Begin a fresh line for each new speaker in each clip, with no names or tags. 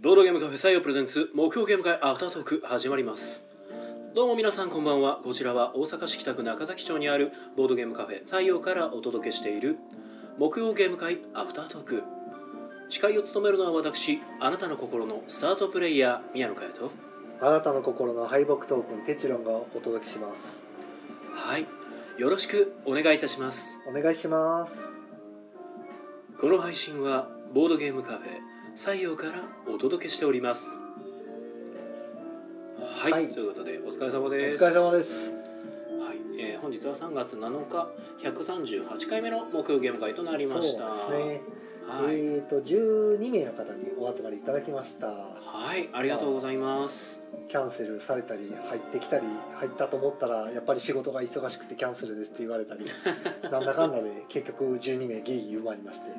ボードゲームカフェ採用プレゼンツ目標ゲーム会アフタートーク始まりますどうも皆さんこんばんはこちらは大阪市北区中崎町にあるボードゲームカフェ採用からお届けしている目標ゲーム会アフタートーク司会を務めるのは私あなたの心のスタートプレイヤー宮野佳代と
あなたの心の敗北トークンテチロンがお届けします
はいよろしくお願いいたします
お願いします
この配信はボードゲームカフェ採用からお届けしておりますはい、
はい
ということでお疲れ様
お
です
疲れ様です
はい、えー本日は3月7日138回目の木曜ゲーム会となりました
そうですね、
はい、
えっ、と12名の方にお集まりいただきました
はい、ありがとうございます
キャンセルされたり入ってきたり入ったと思ったらやっぱり仕事が忙しくてキャンセルですって言われ たりなんだかんだで結局12名ギリギリ埋まりまして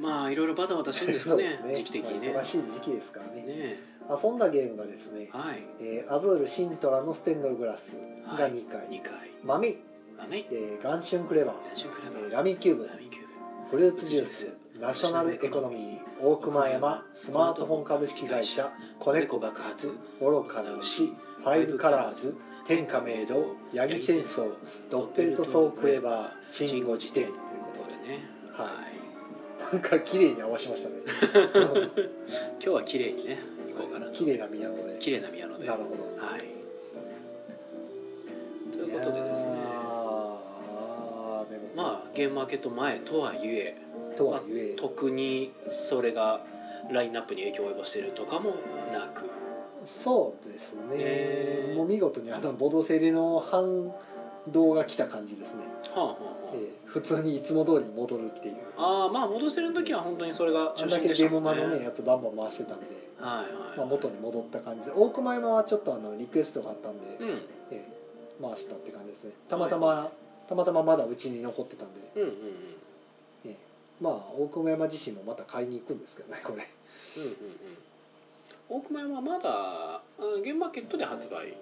まあいろいろバタバタしてるんですかね
そうです
時期的にね
まあ
ね
忙しい時期ですからね
え
遊んだゲームがですね、
はい
えーアズールシントラのステンドグラスが2回、
2回
豆、
ラメイ
えー、ガンシュンクレバー
ラジオクラ
え
ブ
ーラミキューブ
ラメイキューブ
フルーツジュースナショナルエコノミー大熊山スマートフォン株式会社子猫爆発愚かな牛ファイブカラーズ天下明堂ヤギ戦争ドッペルトソークエバーチンゴ辞典という
という
こ
ことでね
はい
い
とでなんか綺麗に合わしましたね
今日は綺麗にね行こうかな
綺麗な宮野で
綺麗な宮野で
な
はい
るほど
ということでですね
いやーでも
まあゲームマーケット前とはいえ
とはいえ
特にそれがラインナップに影響を及ぼしているとかもなく
そうです
え
ね
ー
もう見事にあのボドセリの反動が来た感じですね
はあはあは
えー普通にいつも通り戻るっていう
あ、ああまあ戻せる時は本当にそれが
あ
中
んだ
心
け
でし
デ
た
モ
も
マ
んね
のねやつバンバン回してたんで、
はい
まあ、
は
元に戻った感じで大熊山はちょっとあのリクエストがあったんで、
いうん
ええ回したって感じですねたまたま、たまたままだうちに残ってたんで、
うんうん
ええまあ大熊山自身もまた買いに行くんですけどねこれ
うんうんうんうん大熊山はまだうんゲームマーケットで発売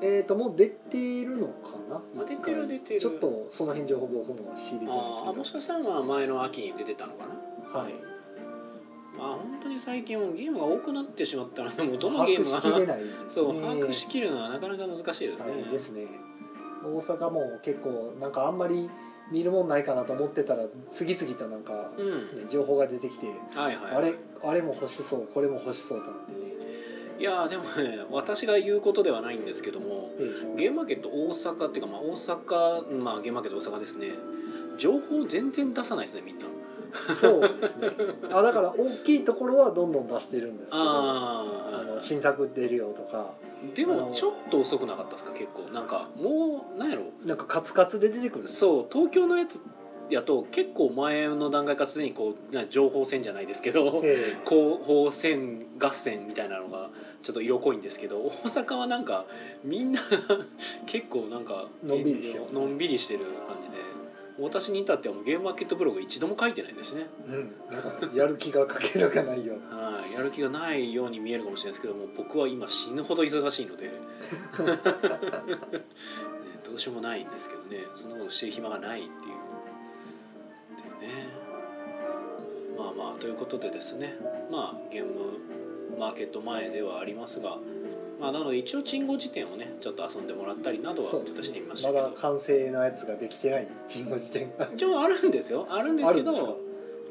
えっ、ともう出ているのかな
まあ出てる出てる
ちょっとその辺情報僕も仕入れてるん
ああも
です
しかしたらまあ前の秋に出てたのかな
けどはい
まあ本当に最近もゲームが多くなってしまったのでもうどのゲーム
把握しきれ
が
ないですね
そう把握しきるのはなかなか難しいですね
大変ですね大阪も結構なんかあんまり見るもんないかなと思ってたら次々となんか
う、ん
情報が出てきて、
はいはい
あれあれも欲しそうこれも欲しそうとなっ てね、
いやーでもね私が言うことではないんですけども
え
ゲームマーケット大阪っていうかまあ大阪まあゲームマーケット大阪ですね情報全然出さないですねみんな
えそうですねあだから大きいところはどんどん出してるんですけどあ
あ
の
あ
新作出るよとか
で
あ
も
の
ちょっと遅くなかったですか結構なんかもうなんやろ
なんかカツカツで出てくる
そう東京のやつやと結構前の段階からすでにこうな情報戦じゃないですけど
ええ
広報戦合戦みたいなのがちょっと色濃いんですけど大阪はなんかみんな 結構なんか
のんびりしてますね
のんびりしてる感じで私に至ってはもうゲームマーケットブログ一度も書いてないですしね、
うん、なんかやる気がかけらがないような
はい、やる気がないように見えるかもしれないですけども僕は今死ぬほど忙しいの で、ね、どうしようもないんですけどねそんなことしてる暇がないっていうでねまあまあということでですねまあゲームマーケット前ではありますがまあなので一応チンゴ辞典をねちょっと遊んでもらったりなどはちょっとしてみました
ま
けど、
だ完成のやつができてない人工時点が
一応あるんですよあるんで
あ
すけ
るんですか
ど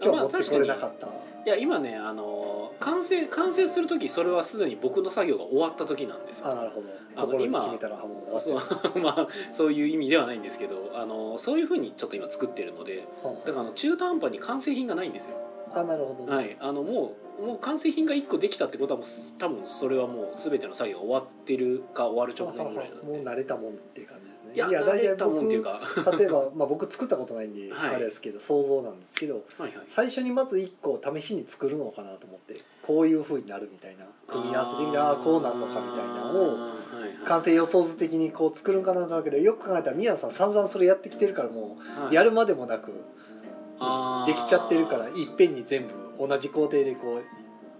今
ま
日
あ
持ってこれなかった、
いや今ねあのー完成完成する時それはすでに僕の作業が終わった時なんです
あ
よ
なるほ
あの
ど心に決めたらもう終
そ
わっ
う まあそういう意味ではないんですけどあのーそういうふうにちょっと今作ってるので
て
だ
る
からあの中途半端に完成品がないんですよ
あなるほど、
はいあのもうもう完成品が1個できたってことはもうす多分それはもう全ての作業が終わってるか終わる直前ぐらいなん
もう
で
慣れたもんっていう感じですね
いや慣
大
れ
体
たもんっていうかは
僕 例えば、まあ、僕作ったことないんで、
はい
あれですけど想像なんですけど
い はい
最初にまず1個試しに作るのかなと思ってこういう風になるみたいな組み合わせ的なあーこうなんのかみたいなのを
あーはいはい
完成予想図的にこう作るんかなと思うけどよく考えたら宮野さん散々それやってきてるからも
は
う
い
やるまでもなく
あー
できちゃってるからいっぺんに全部同じ工程でこう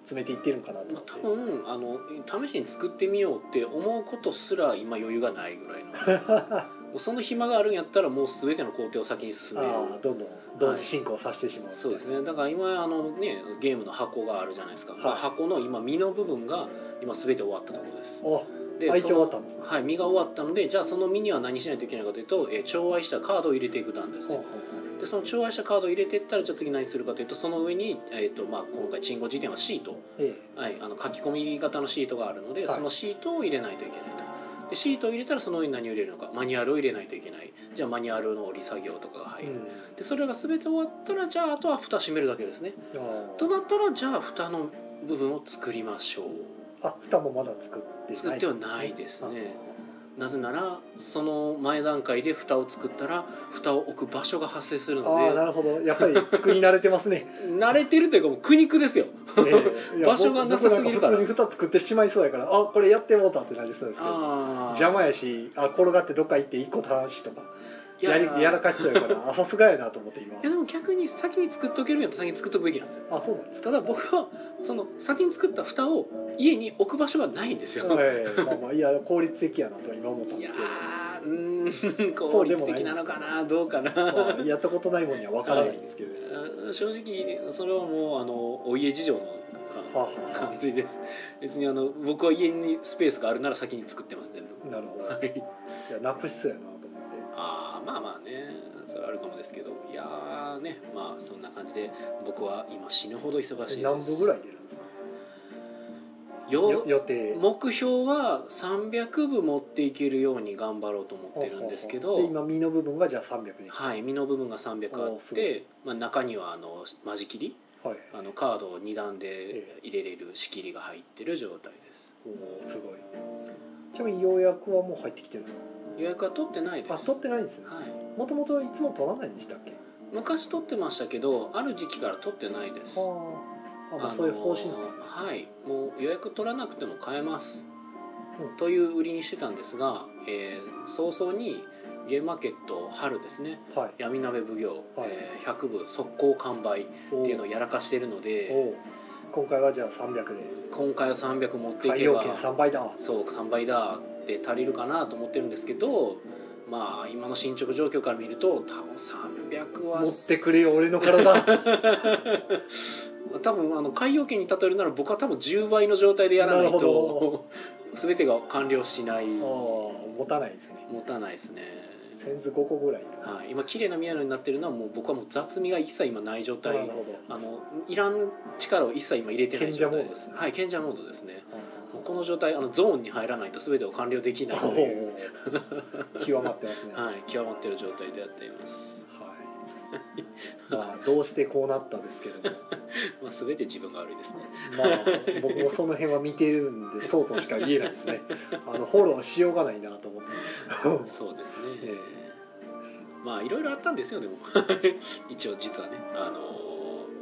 詰めていってるんかなと
ま
思
あ
っ、て
多。分あの試しに作ってみようって思うことすら今余裕がないぐらいの うその暇があるんやったらもう全ての工程を先に進める
ああどんどん同時進行させてしまう、
そうですねだから今あの、ね、ゲームの箱があるじゃないですか、
はい
箱の今身の部分が今全て終わったところです
お
で
あ一応終わった
そ
んです
の
ね
はい身が終わったのでじゃあその身には何しないといけないかというと、えー、調和したカードを入れていく段です
ほう
ね
ほう
でその調和したカードを入れていったらじゃあ次何するかというとその上に、えーとまあ、今回鎮護辞典はシート、
ええ
はい、あの書き込み型のシートがあるので、
はい
そのシートを入れないといけないとでシートを入れたらその上に何を入れるのかマニュアルを入れないといけないじゃあマニュアルの折り作業とかが入る、
うん
でそれが全て終わったらじゃああとは蓋閉めるだけですね
ああ
となったらじゃあ蓋の部分を作りましょう
あ蓋もまだ作ってない
作ってはないですねなぜならその前段階で蓋を作ったら蓋を置く場所が発生する
ああああな
の
るほどやっぱり作り慣れてますね
で慣れてるというかもう苦肉ですよ
ええいや
場所がなさすぎるから
僕なん普通に蓋作ってしまいそうやからあこれやってもうたってなりそうですけど
あ
邪魔やしあ転がってどっか行って一個倒しとか
い
や
や
りやらかしそうやからあさすがやなと思って今
いやでも逆に先に作っとけるんやったら先に作っとくべきなんですよ
あそうなんです
ただ僕はその先に作った蓋を家に置く場所がないんですよ、
ええまあまあいや効率的やなと今思ったん
い
で
や
すけど
ーうーん
そ
効
うで
率
もない
的なのかなどうかな、
まあやったことないもんにはわからないんですけど、
うん正直それはもうあのお家事情のか
はあは
感じです別にあの僕は家にスペースがあるなら先に作ってます全部
あなるほどい
はい
やナプシスやなと思って
あーまあまあねそれはあるかもですけどいやーねまあそんな感じで僕は今死ぬほど忙しいです
何部ぐらい出るんですかよ
よ
予定
目標は300部持っていけるように頑張ろうと思ってるんですけ
ほうほう
ど
ほうで今身の部分がじゃあ300に
はい身の部分が300あ
おー
っ
すごい
て、まあ、中にはあの間仕切り
はい
あのカードを2段で
え
入れれる仕切りが入ってる状態です
おおすごいちなみに予約はもう入ってきてるんです
予約は取ってないです
かあ取ってないんですね
はい、
もともといつも取らないんでしたっけ
昔取ってましたけどある時期から取ってないです
あーあまあそういう方針なんですね
あのーはいもう予約取らなくても買えます、
うん
という売りにしてたんですが、えー早々にゲームマーケット春ですね
はい
闇鍋奉行、
はい
えー100部速攻完売っ
お
ていうのをやらかしてるの
お
で
お今回はじゃあ300で
今回は300持ってい
海
け
洋
ば
券3倍だ
そう完売だで足りるかなと思ってるんですけどまあ今の進捗状況から見ると多分300は
持ってくれよ俺の体
多分あの海洋圏に例えるなら僕は多分10倍の状態でやらない
なるほ
と 全てが完了しない
ああ
持
持たないですね
たないですね、
線図5個ぐらいいる
はい、今綺麗な宮野になってるのはもう僕はもう雑味が一切今ない状
な
態
るほど
あのいらん力を一切今入れてない状態
賢者モードですね
はい賢者モードですね
あ
もうこの状態あのゾーンに入らないと全てを完了できない
ー
という、
おお極まってますねは
はい、極まってる状態でやっています、
いまあどうしてこうなったですけども
まあ、全て自分が悪いです ね
まあ僕もその辺は見てるんでそうとしか言えないですねあのフォローしようがないなと思って
そうですね、
ええ
まあいろいろあったんですよでも 一応実はねあの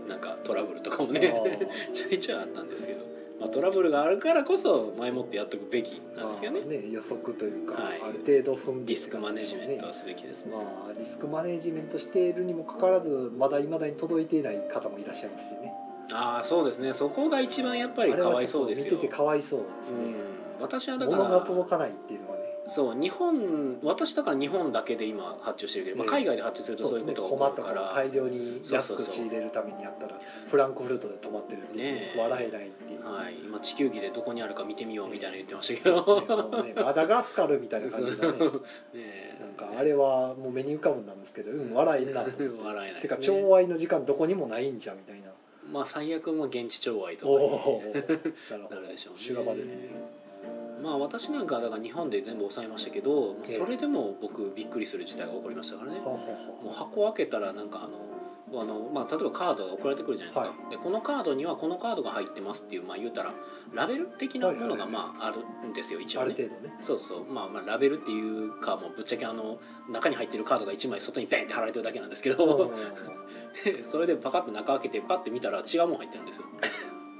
ーなんかトラブルとかも ね ちょいちょいあったんですけど、まあ、トラブルがあるからこそ前もってやっとくべき
あー
なんですけどね
まあ予測というか、
はい
ある程度踏んで
リスクマネジメントはすべきですね
まあ、リスクマネジメントしているにもかかわらずまだいまだに届いていない方もいらっしゃいますしね
ああそうですねそこが一番やっぱり
あ
か
れは
わ
ち
い
ょっと
そう
見
です
て
よ
てかわいそうです
う
ね、
ん私はだか
物が
ら
届かないっていうのはね
そう日本私だから日本だけで今発注してるけど、まあ、
え
海
え
外で発注するとそういう
ね
ことが
困
起
っ
こ
た
る
か
からら
大量に安
そう
く
そう
仕
そう
入れるためにやったらフランクフルトで止まってるっていう
ねえ
笑えないっていう。
はい、今地球儀でどこにあるか見てみようみたいな言ってましたけ
そう
ど、
ねもう ねマダガスカルみたいな感じだね
ねえ
なんかあれはもう目に浮かぶんなんですけどうん笑えんなと思っ て
笑えない
て
で
か
すね
調和の時間どこにもないんじゃみたいな
まあ最悪も現地調和と
お
かに
お ーなるほ
なる
ど
でしょうね
修羅場ですね
まあ私なんかはだから日本で全部抑えましたけど、まあ
ええ
それでも僕びっくりする事態が起こりましたからね
はあはあ
も
は
う箱を開けたらなんかあのあの、まあ、例えばカードが送られてくるじゃないですか、
は
でこのカードにはこのカードが入ってますっていう、まあ、言うたらラベル的なものが
はいはい
まああるんですよ一
ああ
応
る
ね
程度ね
そうそうまあまあラベルっていうかもうぶっちゃけあの中に入ってるカードが1枚外にペンって貼られてるだけなんですけど、
う
でそれでパカッと中開けてパッて見たら違うもん入ってるんですよ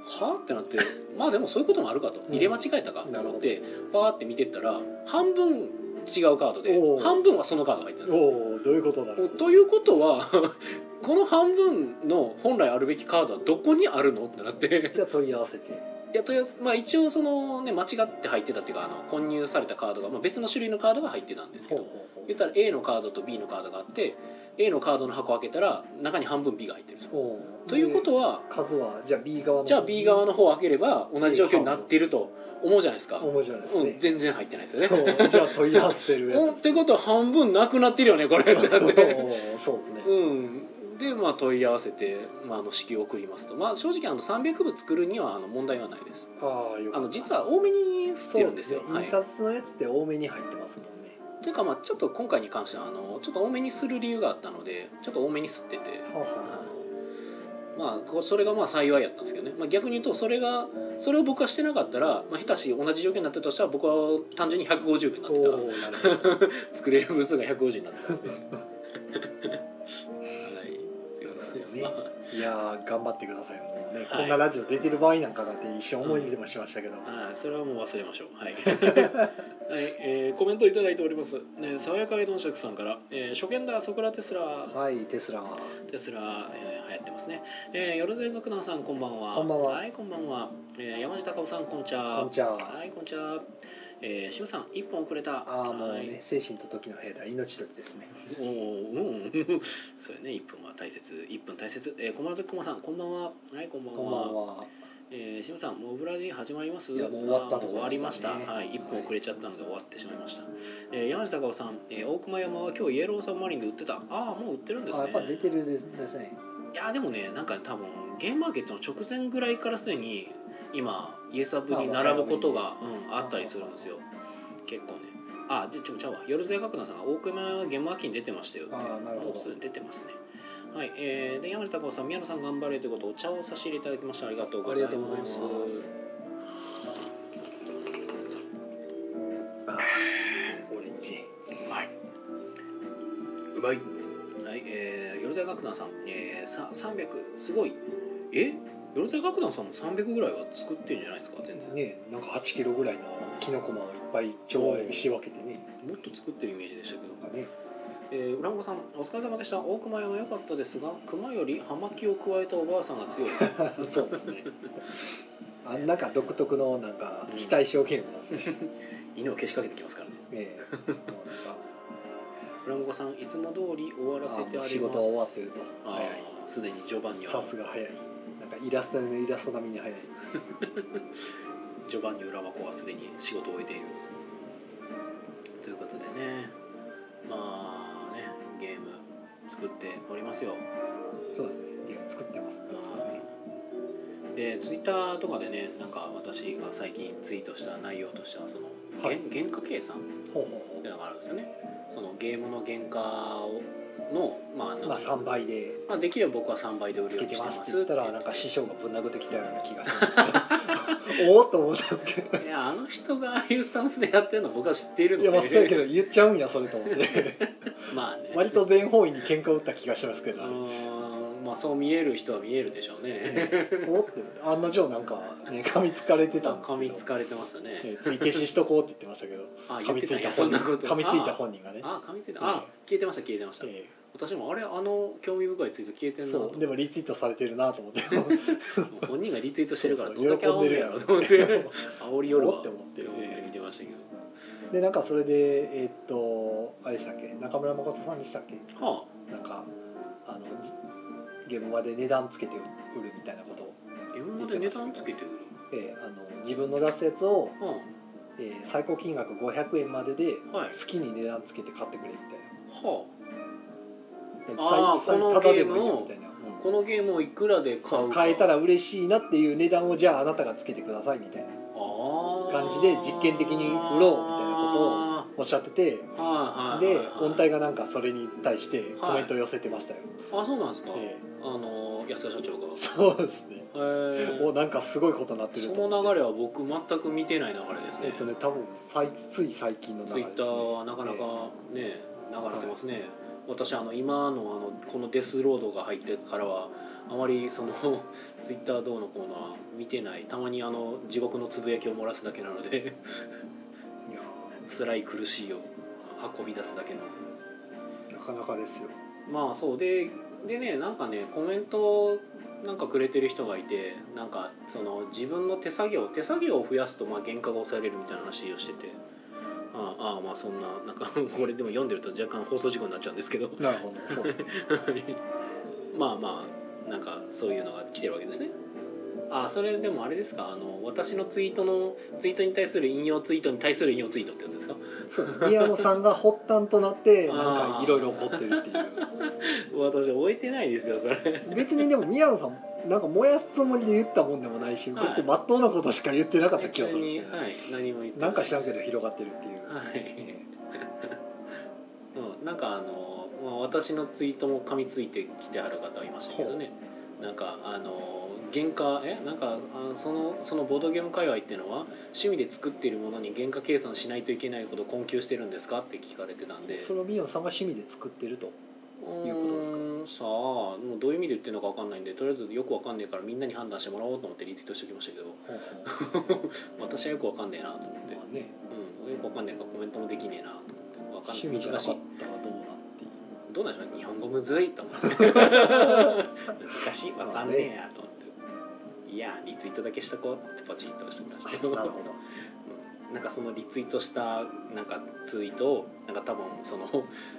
はあってなってまあでもそういうこともあるかと
うん
入れ間違えたかと
なるほ
思
ど
ってパーって見てったら半分違うカードで
おう
半分はそのカードが入ってるん
ん
ですよ
おおどういうことだろう
ということは ここの半分の本来あるべきカードはどこにあるのってなって
じゃあ問い合わせて
いやとりあえず、まあ、一応その、ね、間違って入ってたっていうかあの混入されたカードが、まあ、別の種類のカードが入ってたんですけど言ったら A のカードと B のカードがあって A のカードの箱を開けたら中に半分 B が入ってると。
ほう
ということは
数はじゃあ B 側の
じゃあ B 側の方を開ければ同じ状況になっていると思うじゃないですか。
面白いです
うん、
ね、
全然入ってないですよ ね。
そうじゃあ問い合わせるや
うんってことは半分なくなってるよねこれ って
つ
なって。
そうですね
うん、で、まあ、問い合わせて、まあ、あの式を送りますと、まあ、正直あの300部作るにはあの問題はないです
ああよ
あの実
は
は多めに捨てるんですよ
ね、
は
印
い、
刷のやつって多めに入ってますもんね
というか、まあ、ちょっと今回に関してはあのちょっと多めにする理由があったのでちょっと多めに吸ってて、
はあは
まあ、こうそれがまあ幸いやったんですけどね、まあ、逆に言うとそれがそれを僕はしてなかったら、まあ、下手し同じ条件になってたとしたら僕は単純に150部にな
あ
っ
お
てた
おーなるほど
作れる部数が150になって たので。はいということで
そうですね
まあ
いやー頑張ってくださいもうね、
はい
こんなラジオ出てる場合なんかなって一瞬思い出もしましたけど、
はい、それはもう忘れましょう。はい。 はい、えーコメントいただいております。ね、爽やかいどんしゃくさんから、えー初見だ、ソクラテスラ。
はいテスラは
テスラ、えー流行ってますね。えー、よろずえ学団さん、こんばんは。、
こんばんはい
こんばんは。えー山地隆夫さん、こんち
こ
ゃ。
んちゃ
はい、こんちゃ。えー、しむさん、一本遅れた。
ああもう
はい
ね精神と時の兵だ命取りですね
おーうん、 そうやね、一分は大切、一分大切、えー、小室時駒さん、こんばんは。はい、こんばんは。
こんばんは
えー、しむさん、もうブラジン始まります。
いやもう終わった
あーもう
とこ
終わ
ろで
り
したね
ました。はい、一
は
本
い
遅れちゃったので、終わってしまいました。えー、山地隆夫さん、えー、大熊山は今日イエローサブマリンで売ってた。ああ、もう売ってるんです
あ
ね。
やっぱ出てるですね
いや、でもね、なんか、多分、ゲームマーケットの直前ぐらいからすでに。今、イエサブに並ぶことが、うん、あったりするんですよ。結構ね。あ、で、ちょ、ちゃうわ、夜勢角田さんが大熊山はゲームマーキーに出てましたよって。
あーなるほど
もうすでに出てますね。はい、えー、で、山地隆夫さん、宮野さん頑張れということ、お茶を差し入れいただきました。ありがとうご
あ
ざ
り
い
が
ます。
とうございますオレンジ
うまい。
うまい
はい、えー、よろざい楽団さん、えー、さ300すごいえよろざい楽団さんも300ぐらいは作ってるんじゃないですか全然
ねなんか8キロぐらいのキノコマをいっぱい調理し分けてね
もっと作ってるイメージでしたけど
なんかね
えー、ウランゴさんお疲れ様でした大熊山良かったですが熊より葉巻を加えたおばあさんが強い
そうです ねあなんか独特のなんか非対称ゲームなんですね
犬をけしかけてきますからね
ええもうなんか
ウランゴさんいつも通り終わら せ
あ
て
も
あ
う
り
仕
ま
事は終わっ
す
てると
あ
早い
あすでに序盤に
さ
は
すが早いなんかイラストのイラスト並みに早い
序盤に浦和子はすでに仕事を終えているということでねまあねゲーム作っておりますよ
そうですねゲーム作ってますね
でツイッターとかでねなんか私が最近ツイートした内容としてはその、
はい
原原価計算っ
ほうほう
ていうのがあるんですよねそのゲームの原価をのまあなん
ほ
か
うまあ3倍で
まあ、できれば僕は3倍で売る
つ
よう
け
に
て
してま
ま
す
すって言ったらなんか師匠がぶん殴ってきたような気がします、 ね、おおっと思ったんですけど
いやあの人がああいうスタンスでやってるの僕は知っているの
い
で
やまあそうやけど言っちゃうんやそれと思って
まあね
割と全方位に喧嘩を打った気がしますけ
う
ど、ね、
ーんまあそう見える人は見えるでしょうね
おって案の定なんかね噛みつかれてたんですけ
噛
ど
みつかれてましたね
ええ追消ししとこうって言ってましたけど
あ
噛
言っ
み
て
つ
た
い
んや
た
そ
本
ん
人
なこと
噛みついた本人がね、
あ噛みついたあ消えてました消えてました
え
私もあれあの興味深いツイート消えて
え
んなと
そう
思
で
っ
もリツイートされてるなと思って
て本人がリツイートしてるから
そう
ど
そう
だ
ん
け煽んねやろと思っ
喜んでるや
て
ろ
煽り夜は
おって思って
思って見てましたけど
でなんかそれでえーっとあれでしたっけ中村誠さんでしたっけ
は
なんかあのじゲームまで値段つけて売るみたいなことを、
あゲームまで値段つけて売る
えーあの自分の出すやつを、
は
えー最高金額500円までで
あはい
好きに値段つけて買ってくれみたいな
はあー
ささ
この
タダでもいい
ゲーム
よ
を
みたいな、
あ
う、
このゲームをいくらで買うんか
買えたら嬉しいなっていう値段をじゃああなたがつけてくださいみたいな感
感
じで実験的に売ろうみたいなことをおっしゃってて
とをはいはいはい
で
はい
音体がなんかそれに対してコメントを寄せてましたよ、
あそうなんですか
ええ
あの安田社長 が
そうですね
へえ
もうなんかすごいことになってる
そ
と
の
思って
流れは僕全く見てない流れです
え
ね
っとね多分最つい最近の流
ツ
れ
イ
で
ッ
す、
タ
ね、
ーはなかなかね流れてますね、私あの今のあのこのデスロードが入ってからはあまりその ツイッターどうのこうのは見てないたまにあの地獄のつぶやきを漏らすだけなので
いや
辛い苦しいを運び出すだけの
ーなかなかですよ
まあそうででねなんかねコメントなんかくれてる人がいてなんかその自分の手作業手作業を増やすとまあ原価が抑えれるみたいな話をしててああああまあそんななんか これでも読んでると若干放送事故になっちゃうんですけど
なるほどそう
まあまあなんかそういうのが来てるわけですねああそれでもあれですかあの私のツイートのツイートに対する引用ツイートに対する引用ツイートってやつですか
そう宮野さんが発端とな ってなんかいろいろ起こってるっていう
私終えてないですよそれ
別にでも宮野さんなんか燃やすつもりで言ったもんでもないし
はい
僕まっとうなことしか言ってなかった気がするんですけ ど、
はい何も言って
なんか知
し
らんけど広がってるっていう、
はい
え
うん、なんかあの、まあ、私のツイートも噛みついてきてはる方いましたけどねなんかあの原価えなんかあそのそのボードゲーム界隈っていうのは趣味で作っているものに原価計算しないといけないほど困窮してるんですかって聞かれてたんで
えそれを宮野さんが趣味で作ってるということですか
うーんさあもうどういう意味で言ってるのか分かんないんでとりあえずよく分かんないからみんなに判断してもらおうと思ってリツイートしておきましたけど私はよく分かんねえなと思って、
まあね
うん、よく分かんねえからコメントもできねえなと思って
趣
分かん
味
な
じ
い
ゃな
難し
かっ
い
たらどうなっていう
どうなんでしょうね日本語むずいと思って難しいわかんねえやと思っていやリツイートだけしとこうってポチッと押してみましたけど
なるほど
うんなんかそのリツイートしたなんかツイートをなんか多分その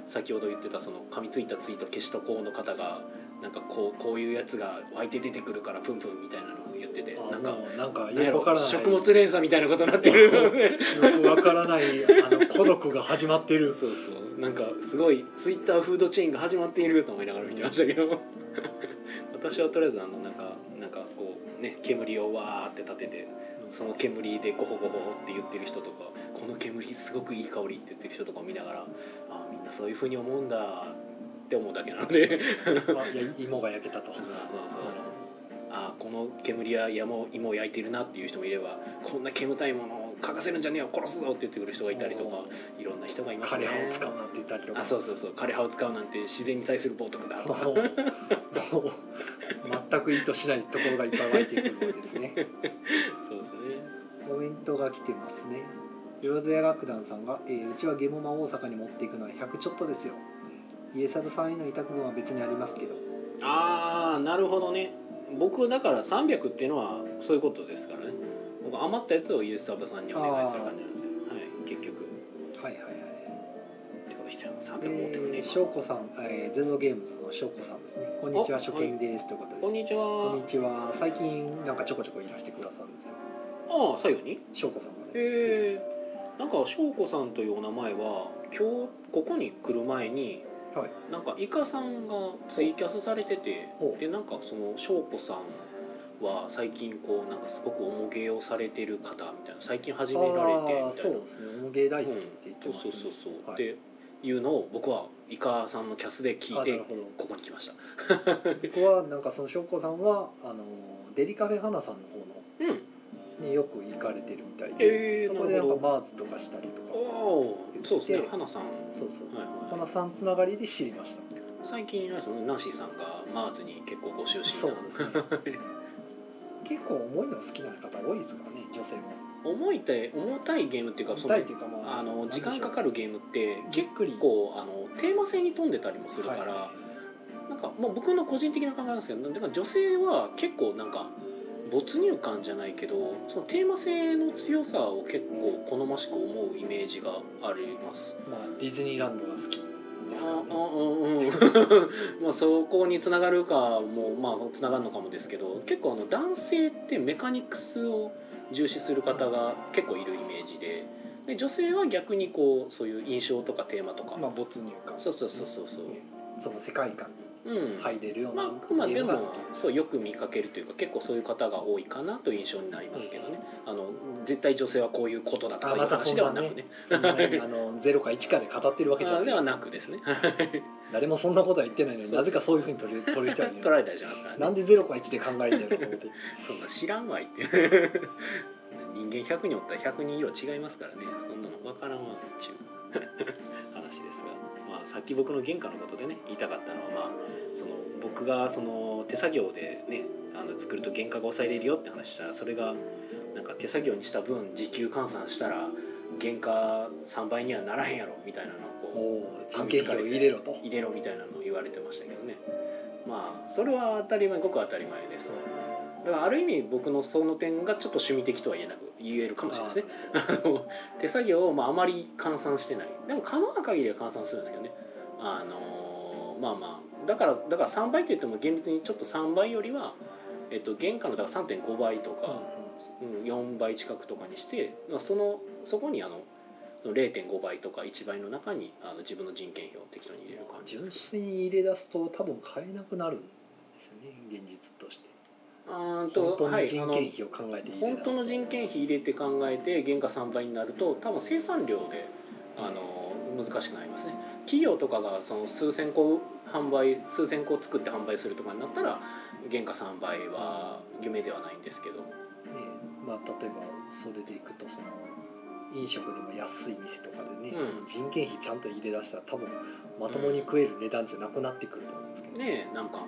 先ほど言ってたその噛みついたツイート消しとこうの方がなんかこうこういうやつが湧いて出てくるからプンプンみたいなのを言っててな
あ
んか
もう なんか
なんや
よく
ろ
わからない
食物連鎖みたいなことになってる
よくわからないあの孤独が始まってる
そうそうなんかすごいツイッターフードチェーンが始まっていると思いながら見てましたけど 私はとりあえずあのなんかなんかこうね煙をわーって立ててその煙でゴホゴホって言ってる人とかこの煙すごくいい香りって言ってる人とかを見ながらあみんなそういうふうに思うんだって思うだけなの で
あいや芋が焼けたと
そうそうそうあこの煙や山を芋を焼いてるなっていう人もいればこんな煙たいものを嗅がせるんじゃねえよ殺すぞって言ってくる人がいたりとかいろんな人がいます
枯
ね
れ葉を使うなんて言ったりとか
あそうそうそう枯葉を使うなんて自然に対する冒涜だとか
もうもう全く意図しないところがいっぱい湧いてくるわけですね
そうですね
コメントが来てますねヨゼヤ楽団さんが、えーうちはゲモマ大阪に持っていくのは100ちょっとですよイエサルさんへの委託分は別にありますけど
ああなるほどね僕だから300っていうのはそういうことですからね僕余ったやつをイエスサブさんにお願いする感じなんですよはい結局
はいはいはい
ってことして300持ってくね
え
え
ー
か
しょうこさん、えー、ゼゾゲームズのしょうこさんですねこんにちは
あ
初見です、ということで
こんにち
こん
は
にちは最近なんかちょこちょこいらしてくださるんですよ
ああ最後に
しょうこさんがね
へえんか翔子さんというお名前は今日ここに来る前に
はい
なんかイカさんがツイキャスされてて
ほう
でなんかその翔子さんは最近こうなんかすごく重芸をされてる方みたいな最近始められてみたい
あ
な
ーそうですね音芸大好きって言って
そう
ま
そ
すね
うそうそう、
はい
っていうのを僕はイカさんのキャスで聞い
あな
て
るほど
ここに来ました
僕はなんかその翔子さんはあのデリカフェ花さんの方の
うん
によく行かれてるみたいで、
えー
そこでなん
な
か
る
マーズとかしたりとか
おおーそうですね
で
花さん
そうそう
はいはい
花さんつながりで知りました
最近あれですよねナンシーさんがマーズに結構ご就
そ
寝
う
な
ですね結構重いの好きな方多いですからね女性も
重いて重たいゲームっていうかその
痛いっていうかまあ
あの時間か
る
かるゲームって
じっ
結
くり
構あのテーマ性に富んでたりもするから、
は
なんかもう僕の個人的な考えなんですけどだから女性は結構なんか没入感じゃないけどそのテーマ性の強さを結構好ましく思うイメージがあります。
まあ、ディズニーランドが好きですから
ああ
ね
うんうん まあそこにつながるかもまあつながるのかもですけど結構あの男性ってメカニクスを重視する方が結構いるイメージでで女性は逆にこうそういう印象とかテーマとか、
まあ没入感
そうそうそうそうそう、
その世界観
うん
に入れるよう
ま
な
あ、まあ
ゲ
で
ーム
も
が好き
そうよく見かけるというか結構そういう方が多いかなという印象になりますけどね、あの絶対女性はこういうことだとかいう
あまた
話
そん
では
な
な
ね
くね
そんなにあのゼロか1かで語ってるわけじゃ
あ で
な
はいなくですね
誰もそんなことは言ってないのに
そうそう
なぜかそういうふうに取り取る人がいる
取られたりしますからね
なんでゼロか1で考えてるのと思 って
そんな知らんわいって人間100人おったら100人色違いますからねそんなの分からんわっちゅう話ですが、まあ、さっき僕の原価のことでね言いたかったのは、まあ、その僕がその手作業でねあの作ると原価が抑えれるよって話したらそれがなんか手作業にした分時給換算したら原価3倍にはならへんやろみたいなのをこう
もう人件費を入れろと
入れろみたいなのを言われてましたけどねまあそれは当たり前ごく当たり前ですだからある意味僕のその点がちょっと趣味的とは言えなく言えるかもしれないですね あの手作業をまああまり換算してないでも可能な限りは換算するんですけどねあのーまあまあだからだから3倍といっても厳密にちょっと3倍よりは、えっと、原価のだから3.5倍と
あー
か、うん、4倍近くとかにしてまあそのそこにあのその0.5倍とか1倍の中にあの自分の人件費を適当に入れる感じなん
純
です
粋に入れ出すと多分買えなくなるんですよね現実として
うーん
本
と
当
は
に
いあ
人
の
件費を考えて入れ出すと
本当の人件費入れて考えて原価3倍になると多分生産量であの難しくなりますね企業とかがその数千個販売数千個作って販売するとかになったら原価3倍は夢ではないんですけど
ねまあ、例えばそれでいくとその飲食でも安い店とかでね、
うん
人件費ちゃんと入れ出したら多分まともに食える値段じゃなくなってくると思うんですけど、
ねえなんかこ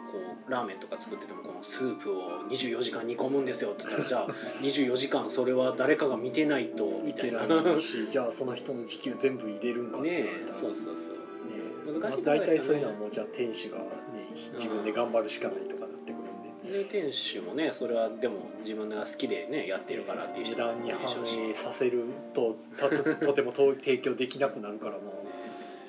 うラーメンとか作っててもこのスープを24時間煮込むんですよって言ったらじゃあ24時間それは誰かが見てないとみ
い
た
け
いな
な
ね
いしじゃあその人の時給全部入れるんかって言われ
え
たら、
そうそうそう
ね
難しい
まあ
とこ
大
ですよね
体そういうのはもうじゃあ店主が、ね、自分で頑張るしかないとかなってくるん
で
で。
店主もねそれはでも自分が好きでねやってるからっていう人
値
も
段に
いるで
反
しょうし
映させるとたととてもと提供できなくなるからもう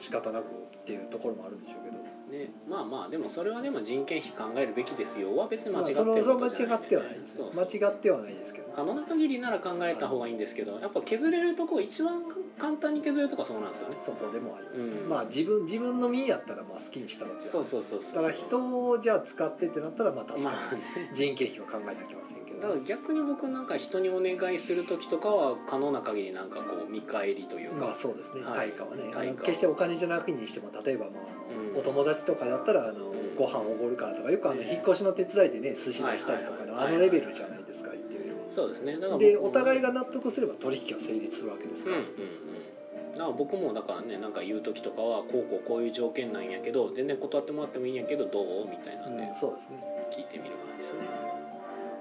仕方なくっていうところもあるんでしょうけど
ね、まあまあでもそれはでも人件費考えるべきですよは別に間
まあ
違って
そ
る
れ
こ
は
とじゃ
間
ないんでね
違ってはないです
そうそう
間違ってはないですけど
可能な限りなら考えた方がいいんですけどやっぱ削れるとこ一番簡単に削れるとこはそうなんですよね
そこでもあります、
うん
まあ自分自分の身やったらまあ好きにしたわけ
そう
う
そうそうそう
だから人をじゃあ使ってってなったらまあ確か
まあね
に人件費は考えなきゃいけませんけ
だか
ど、
ら逆に僕なんか人にお願いする時とかは可能な限りなんかこう見返りという
まあ
か、
そうですね、
はい
対価はね
対価
あの
を
決してお金じゃなくにしても例えばまああの、
うん
お友達とかだったらあの、
ん
ご飯おごるからとかよくあの
ね
引っ越しの手伝いでね寿司出したりとかの
はいはいはい
あのレベルじゃないですか言ってみれば
そうですねだから僕
でお互いが納得すれば取引は成立するわけです
うん
か
うんう
ら、
んだから僕もだからねなんか言う時とかはこうこうこういう条件なんやけど全然断ってもらってもいいんやけどどうみたいなんで、
うんそうですね
聞いてみる感じですね。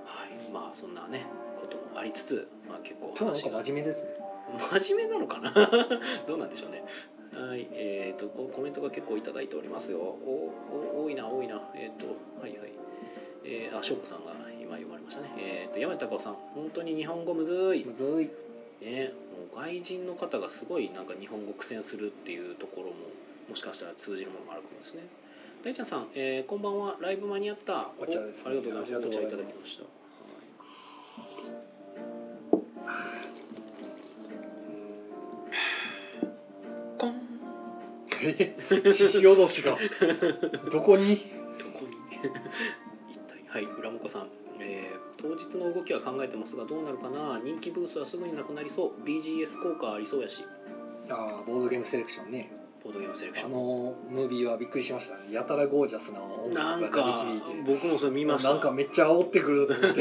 はい、まあそんなねこともありつつ、まあ結構
今日
話
なん
が
か真面目ですね
真面目なのかな。 どうなんでしょうね。はい、えっ、とこコメントが結構いただいておりますよ。おお多いな多いな。えっ、とはいはい。えー、あ、しょうこさんが今読まれましたね。えっ、と山下孝夫さん、本当に日本語むずい。
むず い
ね、もう外人の方がすごいなんか日本語苦戦するっていうところももしかしたら通じるものもあるかもですね大ちゃんさん、えーこんばんはライブ間に合った
お茶ですね
おありがとうございますお
ありがとうございます
茶いただきましたはいこん
え獅子おどしがどこ
どこ
に
に 一体はい浦本さん、えー当日の動きは考えてますがどうなるかな人気ブースはすぐになくなりそう BGS 効果ありそうやし
ああボードゲームセレクションね
ボードゲームセレクショ
あ
ン
のムービーはびっくりしましたねやたらゴージャスな音
なん
楽
か
が鳴り響いて
僕もそれ見ました
なんかめっちゃ煽ってくると思っ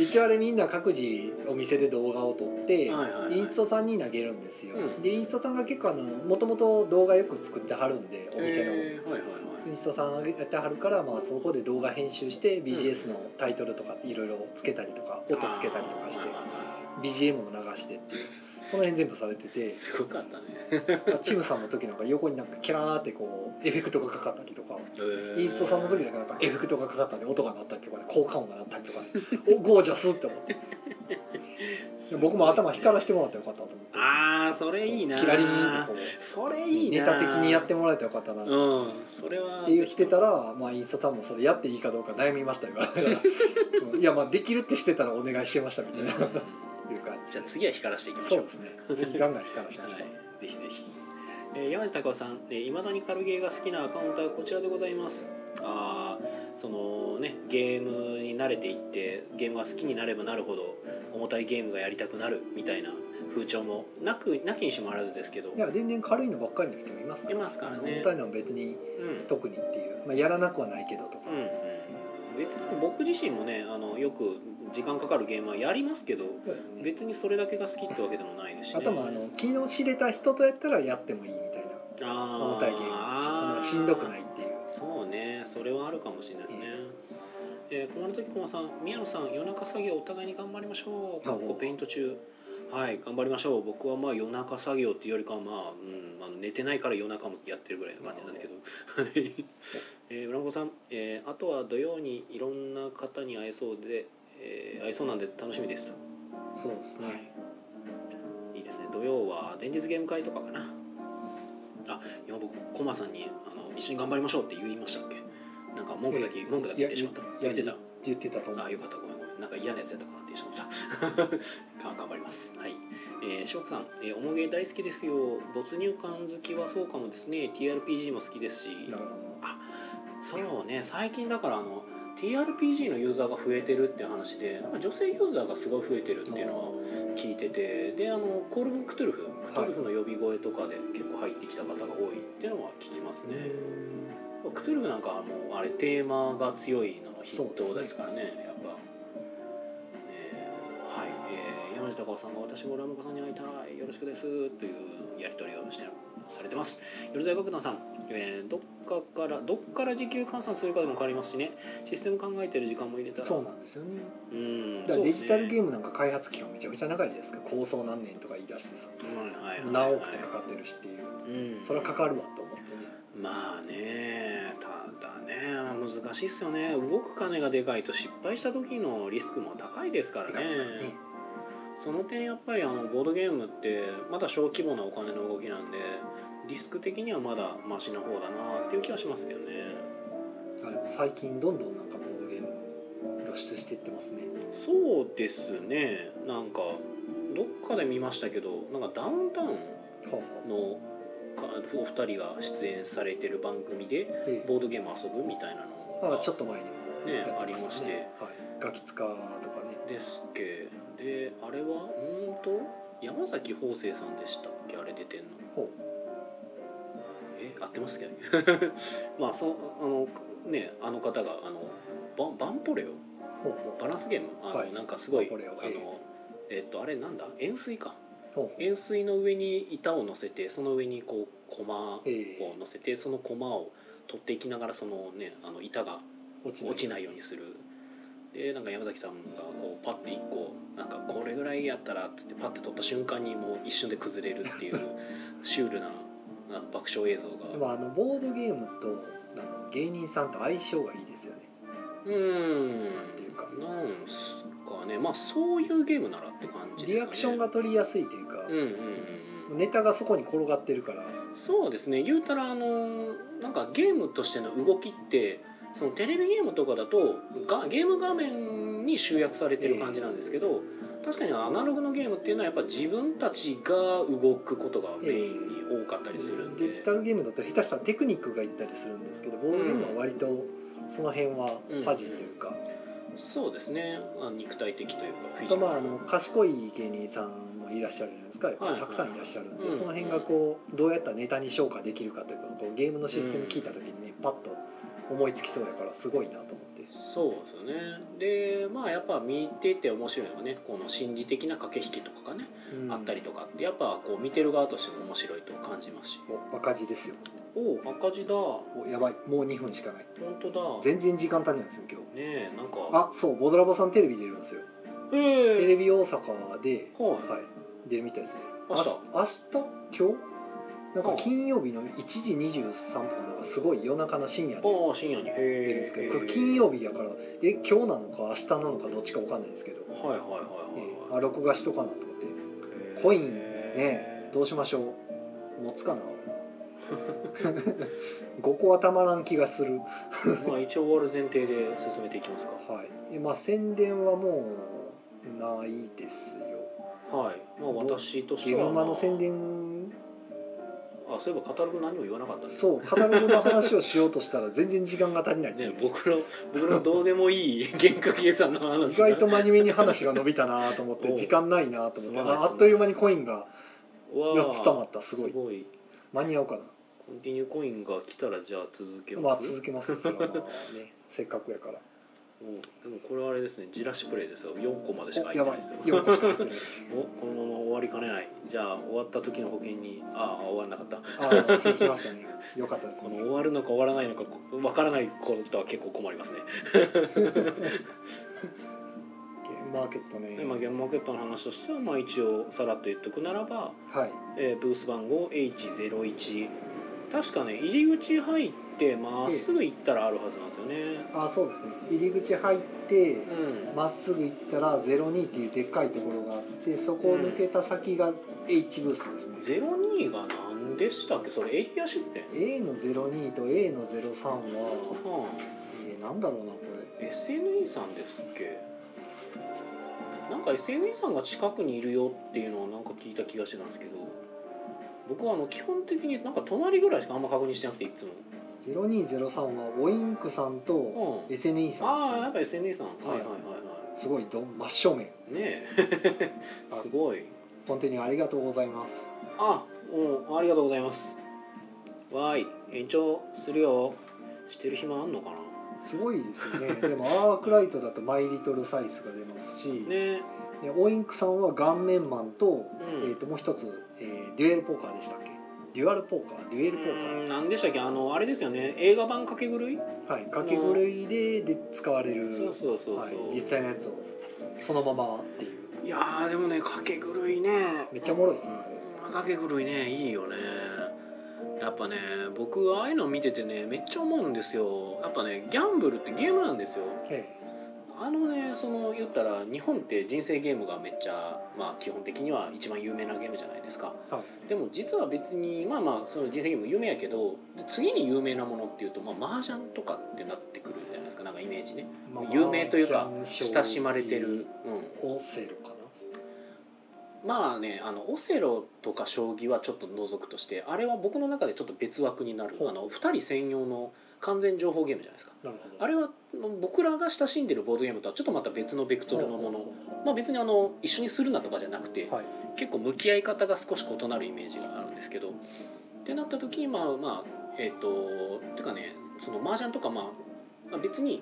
一応あれみんな各自お店で動画を撮って、
はいはいはい
インストさんに投げるんですよ、
うん
でインストさんが結構あのもともと動画よく作ってはるんでお店の、
えーはいはい
インストさんがやってはるから、まあ、そこで動画編集して
ん
BGS のタイトルとかいろいろつけたりとか音
はい
つけたりとかして
あ
BGM も流してっていうその辺全部されて
ー
て
すごかったね、
チムさんの時なんか横になんかキャラーってこうエフェクトがかかったりとか
えー
インストさんの時なんかなんかエフェクトがかかったり音が鳴ったりと かね効果音が鳴ったりとかねおゴージャスって思って
すごいですね
僕も頭光らせてもらったらよかったと思って
ああそれいいな
キラリンってこう
それいい
ネ
な
タ的にやってもらえたらよかったなって
うんそれは
って言ってたら、まあ、インスタさんもそれやっていいかどうか悩みましたよ うんいやまあできるってしてたらお願いしてましたみ
う
たい
ん
な、いう感じ
じゃあ次は光らしていきまし
そ
ょ
う
う
ですね次ガンガン光らしま
は
しょう、
い、ぜひぜひ、えー、山地孝夫さんえー、未だに軽ゲーが好きなアカウントはこちらでございますあーそのねゲームに慣れていってゲームが好きになればなるほど重たいゲームがやりたくなるみたいな風潮もなくなきにしもあらずですけど
い、や全然軽いのばっかりの人もいます
いますからね
本体のは別に
うん
特にっていう、まあ、やらなくはないけどとか、
うんうん、別に僕自身もねあのよく時間かかるゲームはやりますけど別にそれだけが好きってわけでもないですし、ね、
あとまああの昨日知れた人とやったらやってもいいみたいな
あー
重たいゲームあのしんどくないっていう
そうねそれはあるかもしれないですね、えー、駒の時駒さん宮野さん夜中作業お互いに頑張りましょう
あ
ここペイント中はい頑張りましょう僕はまあ夜中作業っていうよりかはまあ、うん、あの寝てないから夜中もやってるぐらいの感じなんですけどはいえー、浦本さん、えーあとは土曜にいろんな方に会えそうで、えー会えそうなんで楽しみですと、
そうですね、
い、いですね土曜は前日ゲーム会とかかなあ今僕コマさんにあの「一緒に頑張りましょう」って言いましたっけなんか文句だけ文句だけ言ってしまった言ってた
言ってたと思う
あよかったごめんごめんなんか嫌なやつやったかなって言ってしまった が頑張りますはいえー、しょうこさん、えー、おもげ大好きですよ没入感好きはそうかもですね TRPG も好きですし
なるほ
そうね最近だからあの TRPG のユーザーが増えてるっていう話でなんか女性ユーザーがすごい増えてるっていうのは聞いててであのコール・クトゥルフクトゥルフの呼び声とかで結構入ってきた方が多いっていうのは聞きますね、クトゥルフなんかはもうあれテーマが強いのの筆頭ですからねやっぱ、えーはい、えー山下孝さんが「私もラモカさんに会いたいよろしくです」というやり取りをしてされてます夜材楽団さん、えーどっかからどっから時給換算するかでも変わりますしねシステム考えてる時間も入れたら
そうなんですよね
うん
だからデジタルゲ
ー
ームなんか開発期間めちゃめちゃ長いじゃないですか構想何年とか言い出してさ
ム、うんはいはいはい
何億ってかかってるしっていう
うん
それはかかるわと思ってね
まあねただね難しいっすよね動く金がでかいと失敗した時のリスクも高いですからねその点やっぱりあのボードゲームってまだ小規模なお金の動きなんでリスク的にはまだマシな方だなっていう気はしますけどね
あでも最近どんどんなんかボードゲーム露出していってますね
そうですねなんかどっかで見ましたけどなんかダウンタウン
ほう
のかお二人が出演されてる番組で
ほうええ
ボードゲーム遊ぶみたいなの
あ
が
ちょっと前にも
ね
やって
ありまして
はい、ガキ使とかね
ですっけであれはうんと山崎邦生さんでしたっけあれ出てんの
ほ
え合ってますけどね まあそあのねあの方があのババンポレオ
ほうほ
バランスゲームあの、
はい
なんかすごい
バンポレオ
あ
え
のえっとあれなんだ円錐か
うほう
円錐の上に板を乗せてその上にこう駒を
え
乗せてその駒を取っていきながらそのねあの板が
え落ち
落ち
い
ないようにするでなんか山崎さんがこうパッて1個なんかこれぐらいやったらっつってパッて取った瞬間にもう一瞬で崩れるっていうシュールなあの爆笑映像
で
が
もあのボードゲームとあの芸人さんと相性がいいですよね
うーん
ていうか
なんすかねまあそういうゲームならって感じですかね
リアクションが取りやすいというか
うん、うんうん
ネタがそこに転がってるから
うんそうですね言うたらあのーなんかゲームとしての動きってそのテレビゲームとかだとがゲーム画面に集約されてる感じなんですけど、確かにアナログのゲームっていうのはやっぱ自分たちが動くことがメインに多かったりするんで、
デジタルゲームだったら下手したらテクニックがいったりするんですけどボードゲームは割とその辺はファジーというか、
そうですねあ肉体的というかフィ
あ
ジ
と
カル
まああの賢い芸人さんもいらっしゃるじゃないですかやっぱ
はい
り
は
た
い
くさんいらっしゃるんで、
うん
その辺がこうどうやったらネタに昇華できるかというかこうゲームのシステム聞いた時にねパッと思いつきそうやからすごいなと思って。
そうですよねでまあやっぱ見てて面白いのはねこの心理的な駆け引きとかがね、
うん
あったりとかってやっぱこう見てる側としても面白いと感じますし
お赤字ですよ
おお赤字だ本
おやばいもう2分しかない
当だ
全然時間足りないんですよ今日
ねえなんか
あそうボドラボさんテレビ出るんですよ
え
テ
え
レビ大阪で、
はい、
はい、出るみたいですね
明日
明日今日な
うん
んか金曜日の1時23分かなんかすごい夜中の深夜で
ああ深夜にへ
出
え
るんですけどこれ金曜日やからえ今日なのか明日なのかどっちかわかんないですけど、
はいはいはい
え
はい
ー
は
あ録画しとかなと思って
い、
コイン
ね
ねどうしましょう持つかな 5個はたまらん気がする
まあ一応終わる前提で進めていきますか
はいえまあ宣伝はもうないですよ
はいまあ私として
ゲ
は
ー
まあ
マの宣伝
あそういえばカタログ何も言わなかったね
そうカタログの話をしようとしたら全然時間が足りないっていう
ね僕の僕のどうでもいい 原価計算の
意
話が
外と真面目に話が伸びたなと思っ
お
て
う
時間ないなと思って
すまないっす
あ
ね
あっという間にコインが
わあ
4つ溜まったすごい
すごい
間に合うかな
コンティニューコインが来たらじゃあ続け
ま
ま
あ
す、
続けますよそれ はまあねせっかくやから
うんでもこれはあれですねじらしプレイですよ4個までしか
お
入っ
や
てない
ばい
ですよ
4個しか入ってない
おこのまま終わりかねないじゃあ終わった時の保険にああ終わらなかった
あー続きましたねよかったです
この
ね
終わるのか終わらないのかこわからないことは結構困りますね、
ゲームマーケットね
でまあ、ゲームマーケットの話としては、まあ、一応さらっと言っとくならば、
はい
えーブース番号 H01 確かね入り口入っってまっすぐ行ったらあるはずなんですよね
あそうですね入り口入って
うん
まっすぐ行ったら02っていうでっかいところがあってそこを抜けた先が H ブースですね、
02が何でしたっけそれエリア出店
A の02と A の03は、
はあ
えー、なんだろうなこ
SNE さんですっけなんか SNE さんが近くにいるよっていうのはなんか聞いた気がしてたんですけど僕はあの基本的になんか隣ぐらいしかあんま確認してなくていつも、
れ0203はウォインクさんと
うん、
SNE さん
ああ
で
やっぱ SNE さん、
は
はいい、はいはい
す,、すごいど真正面
はい ねえ
あ
すごい
本当にありがとうございます
あうんありがとうございますわーい延長するよしてる暇あんのかな
すごいです よねでもアークライトだとマイリトルサイスが出ますし、
ねえ
でオインクさんは顔面マンと,、
うん
えー、ともう一つ、えーデュエルポーカーでしたっけデュアルポーカーデュエルポー
うんなんでしたっけあのあれですよね映画版掛け狂い、
カーはい掛け狂いでで使われる
そうそうそうそう、
はい、実際のやつをそのままっていう
いやーでもねかけ狂いね
めっちゃおもろいですね
うんかけ狂いねいいよねやっぱね僕ああいうの見ててねめっちゃ思うんですよやっぱねギャンブルってゲームなんですよ
あれ、え
あのねその言ったら日本って人生ゲームがめっちゃまあ基本的には一番有名なゲームじゃないですか
えは
でも実は別にまあまあその人生ゲーム有名やけど次に有名なものっていうとまあ麻雀とかってなってくるじゃないですかなんかイメージね
い
有名というか親しまれて
将
る
棋、
うん、
オセロか
まあねあのオセロとか将棋はちょっと除くとしてあれは僕の中でちょっと別枠になる
ほう
あの2人専用の完全情報ゲームじゃないですか
ななるほど
あれはの僕らが親しんでるボードゲームとはちょっとまた別のベクトルのもの、まあ、別にあの一緒にするなとかじゃなくて、
はい
結構向き合い方が少し異なるイメージがあるんですけどってなった時にまあまあえっ、とてかねその麻雀とかまあまあ別に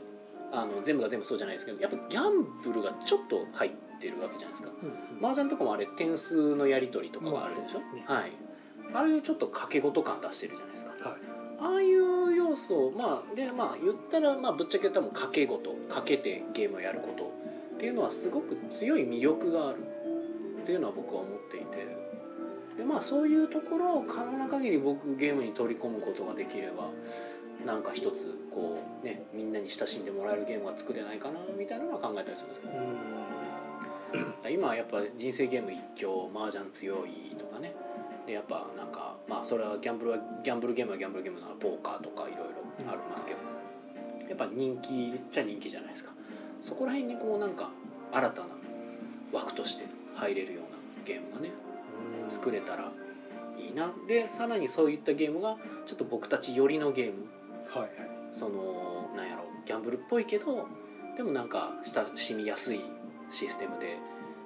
あの全部が全部そうじゃないですけどやっぱギャンブルがちょっと入ってるわけじゃないですか。
うんうん
麻雀とかもあれ点数のやり取りとかがあるでし
まあそう
ょ、
ですね
はいあれでちょっと掛け事感出してるじゃないですか
はい
ああいう要素まあでまあ言ったらまあぶっちゃけ言ったらもう掛け事掛けてゲームをやることっていうのはすごく強い魅力があるっていうのは僕は思っていてでまあそういうところを可能な限り僕ゲームに取り込むことができればなんか一つこうねみんなに親しんでもらえるゲームが作れないかなみたいなのは考えたりするんですけど
うん
今はやっぱ人生ゲーム一強麻雀強いとかねでやっぱなんかまあそれはギャンブルはギャンブルゲームはギャンブルゲームならポーカーとかいろいろありますけど、やっぱ人気っちゃ人気じゃないですかそこら辺にこうなんか新たな枠として入れるようなゲームがね
うん
作れたらいいなでさらにそういったゲームがちょっと僕たち寄りのゲーム
はい
そのなんやろギャンブルっぽいけどでもなんか親しみやすいシステムで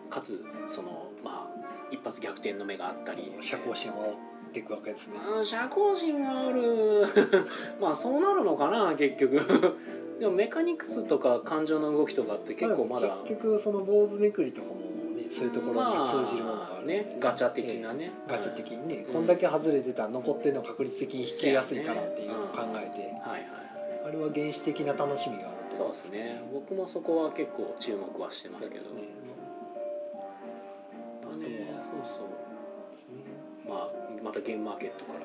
かつそのまあ一発逆転の目があったり
社交心を煽っていくわけですね
うん社交心はある まあそうなるのかな結局 でもメカニクスとか感情の動きとかって結構まだ
結局その坊主めくりとかもねそういうところに通じるものがあ
まあ
るんで
ねガチャ的なね、
ガチャ的にね、
うん
こんだけ外れてたら残ってるの確率的に引きやすいからっていうのを考えて、
はいはいはい
あれは原始的な楽しみがあると
そうですね僕もそこは結構注目はしてま
そう
す
で
けど
すね
まあねそうそうまあ、またゲームマーケットから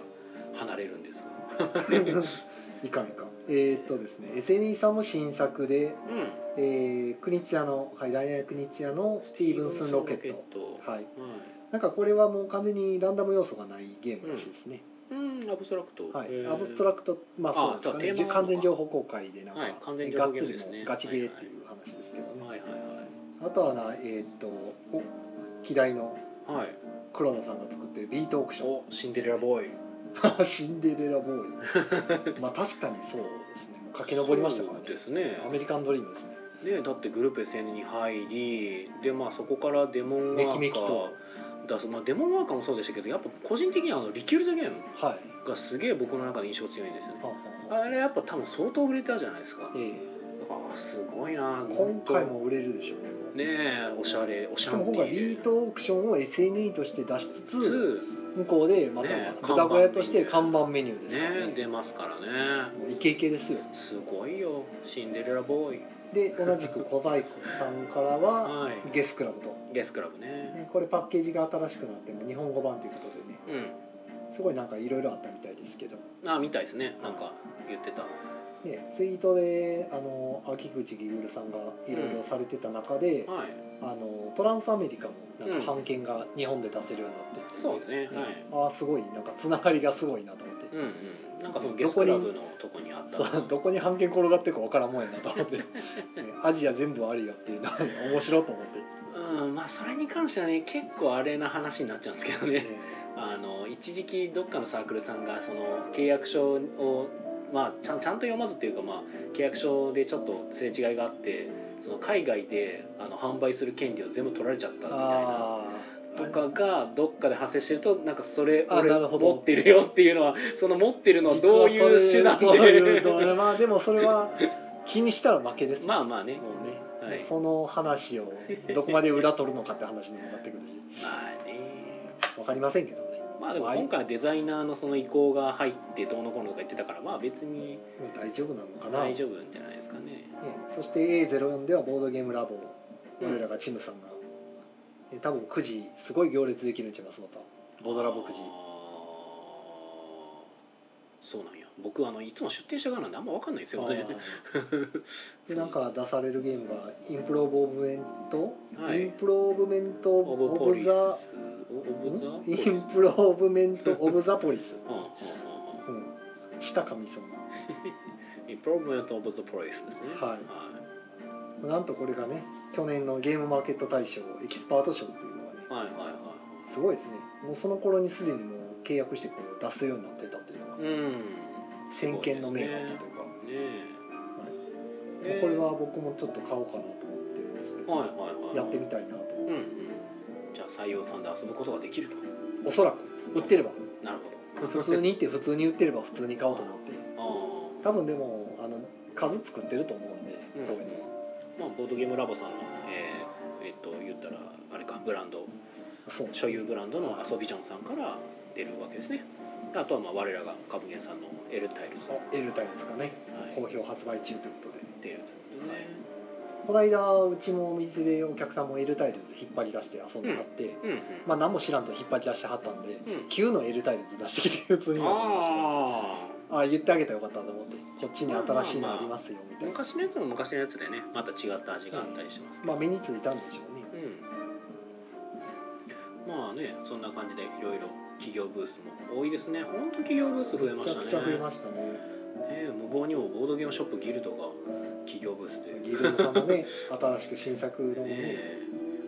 離れるんですが
いかんいかんえーっとですね SNE さんも新作で、
うん
えー、クニツヤの、はい、来年クニツヤのスティーブンスンロケットはい
はい
なんかこれはもう完全にランダム要素がないゲームらしいですね、
うんアブストラクト
はい、アブストラ
ク
クト、まあ、そうなんです
あ
か
じゃあテーマなの
ね、
か
完全情報公開で、なんか、
はい完全情
が
報
っ
ゲ
つ
ーム
り
ですね
のガチゲーっていう話ですけどね。
はいはい
あとはな、えーっと、お、嫌いの
はいはい
クロノさんが作ってるビートオークショ
おシンデレラボーイ
ン。 シンデレラボーイ。 まあ、確かにそうですね。もう駆け上りましたからね
そう。ですね
アメリカンドリームですね。
ねだってグループ SN に入りでまあそこからデモンワーカー
めきめきと
出すまあデモンワーカーもそうでしたけどやっぱ個人的にはあのリキュール・ザ・ゲーム
はい。
がすげえ僕の中で印象強いんですよね
はあはあ
あれやっぱ多分相当売れたじゃないですか
え
ああすごいな
え今回も売れるでしょうね。
ねえおしゃれおし
し
ゃ
か
んテ
も
ィ
今
ー
回ビートオークションを SNE として出しつつ
2
向こうでまた
ね
豚小屋として看板メニューですから
ね
ね
出ますからね
もうイケイケですよ
すごいよシンデレラボーイ
で同じく小細工さんからは
は
ゲスクラブと、
いゲスクラブね
ねこれパッケージが新しくなっても日本語版ということでね
うん
すごいなんかいろいろあったみたいですけど、
あみたいですねなんか言ってた
ね、ツイートであの秋口ギグルさんがいろいろされてた中で、
はい
あのトランスアメリカもなん
うん
か版権が日本で出せるようになってきて、
そうですねはい
ああすごいなんかつながりがすごいなと思って。
うんうんなんかそのゲスクラブのとこにあった
そう どこに半券転がってるかわからんもんやなと 思って、ねアジア全部あるよっていうのが面白いと思って、
うんまあそれに関してはね結構あれな話になっちゃうんですけど ね
ね
あの一時期どっかのサークルさんがその契約書を、まあ、ちゃんちゃんと読まずっていうか、まあ、契約書でちょっとすれ違いがあってその海外であの販売する権利を全部取られちゃったみたいな。
あ
とかがどっかで発生してるとなんかそれ
あ
俺
なるほど
持ってるよっていうのはその持ってるのはどういう手段
実はそれそういう
で
どうまあでもそれは気にしたら負けです、
まあまあね
もうね、
はい
その話をどこまで裏取るのかって話にもなってくるし
まあね
分かりませんけどね
まあでも今回はデザイナーのその意向が入ってどうのこうのとか言ってたからまあ別に
大丈夫なのかな
大丈夫じゃないですかね
ねそして A04 ではボードゲームラボ
うん
我らがチムさんが、ね多分9時すごい行列できるんちゃいますまたボードラボ9時
あーそうなんや僕あのいつも出店者側なんであんま分かんないですよね
でなんか出されるゲームがインプローブ・オブメント、
はい
インプローブメント・
オブ
オ
ポ
ブ・
リス
ザ・
オブザ
ん
ポ
イ
リスうんうん
ンプローブメント・オブ・ザ・ポ リス、
うん
うん、したかみそう
うんインプローブメントオブザポリスですね
はいななんとこれがね去年のゲームマーケット大賞エキスパート賞というのがね
はいはいはいはい
すごいですねもうその頃にすでにもう契約してこう出すようになってたっていうの
う
が
ん
先見の明があった
ね
というか、
え
まあこれは僕もちょっと買おうかなと思ってるんですけど、
はいはいはい
やってみたいなと
うんうんじゃあ採用さんで遊ぶことができると
おそらく売ってれば
なるほど
普通に行って普通に売ってれば普通に買おうと思って
あ
多分でもあの数作ってると思うんで、
うん
こういうのは
あまあボードゲームラボさんのえーえっと言ったらあれかブランド
そう
所有ブランドのアソビジョンさんから出るわけですねあとはまあ我らが株元さんのエルタイルズ、はい、
エルタイムズがね好評発売中ということで
出るということでね
この間うちもお店でお客さんもエルタイルズ引っ張り出して遊んではって、
うんうん、
まあ何も知らんと引っ張り出してはったん
う
で
ん
旧のエルタイルズ出してきて普通に遊びました
あ
ああ言ってあげたらよかったと思ってこっちに新しいのありますよみ
あ
たいな
昔のやつも昔のやつでねまた違った味があったりしますけ
ま
ど、
あ目についたんでしょうね
うんまあねそんな感じでいろいろ企業ブースも多いですね本当企業ブース増えまし
めち
た
ゃ
ね
くちゃ増えましたね
ね無謀にもボードゲームショップギルドが企業ブースでね
ギルドさんもね新しく新作のね
え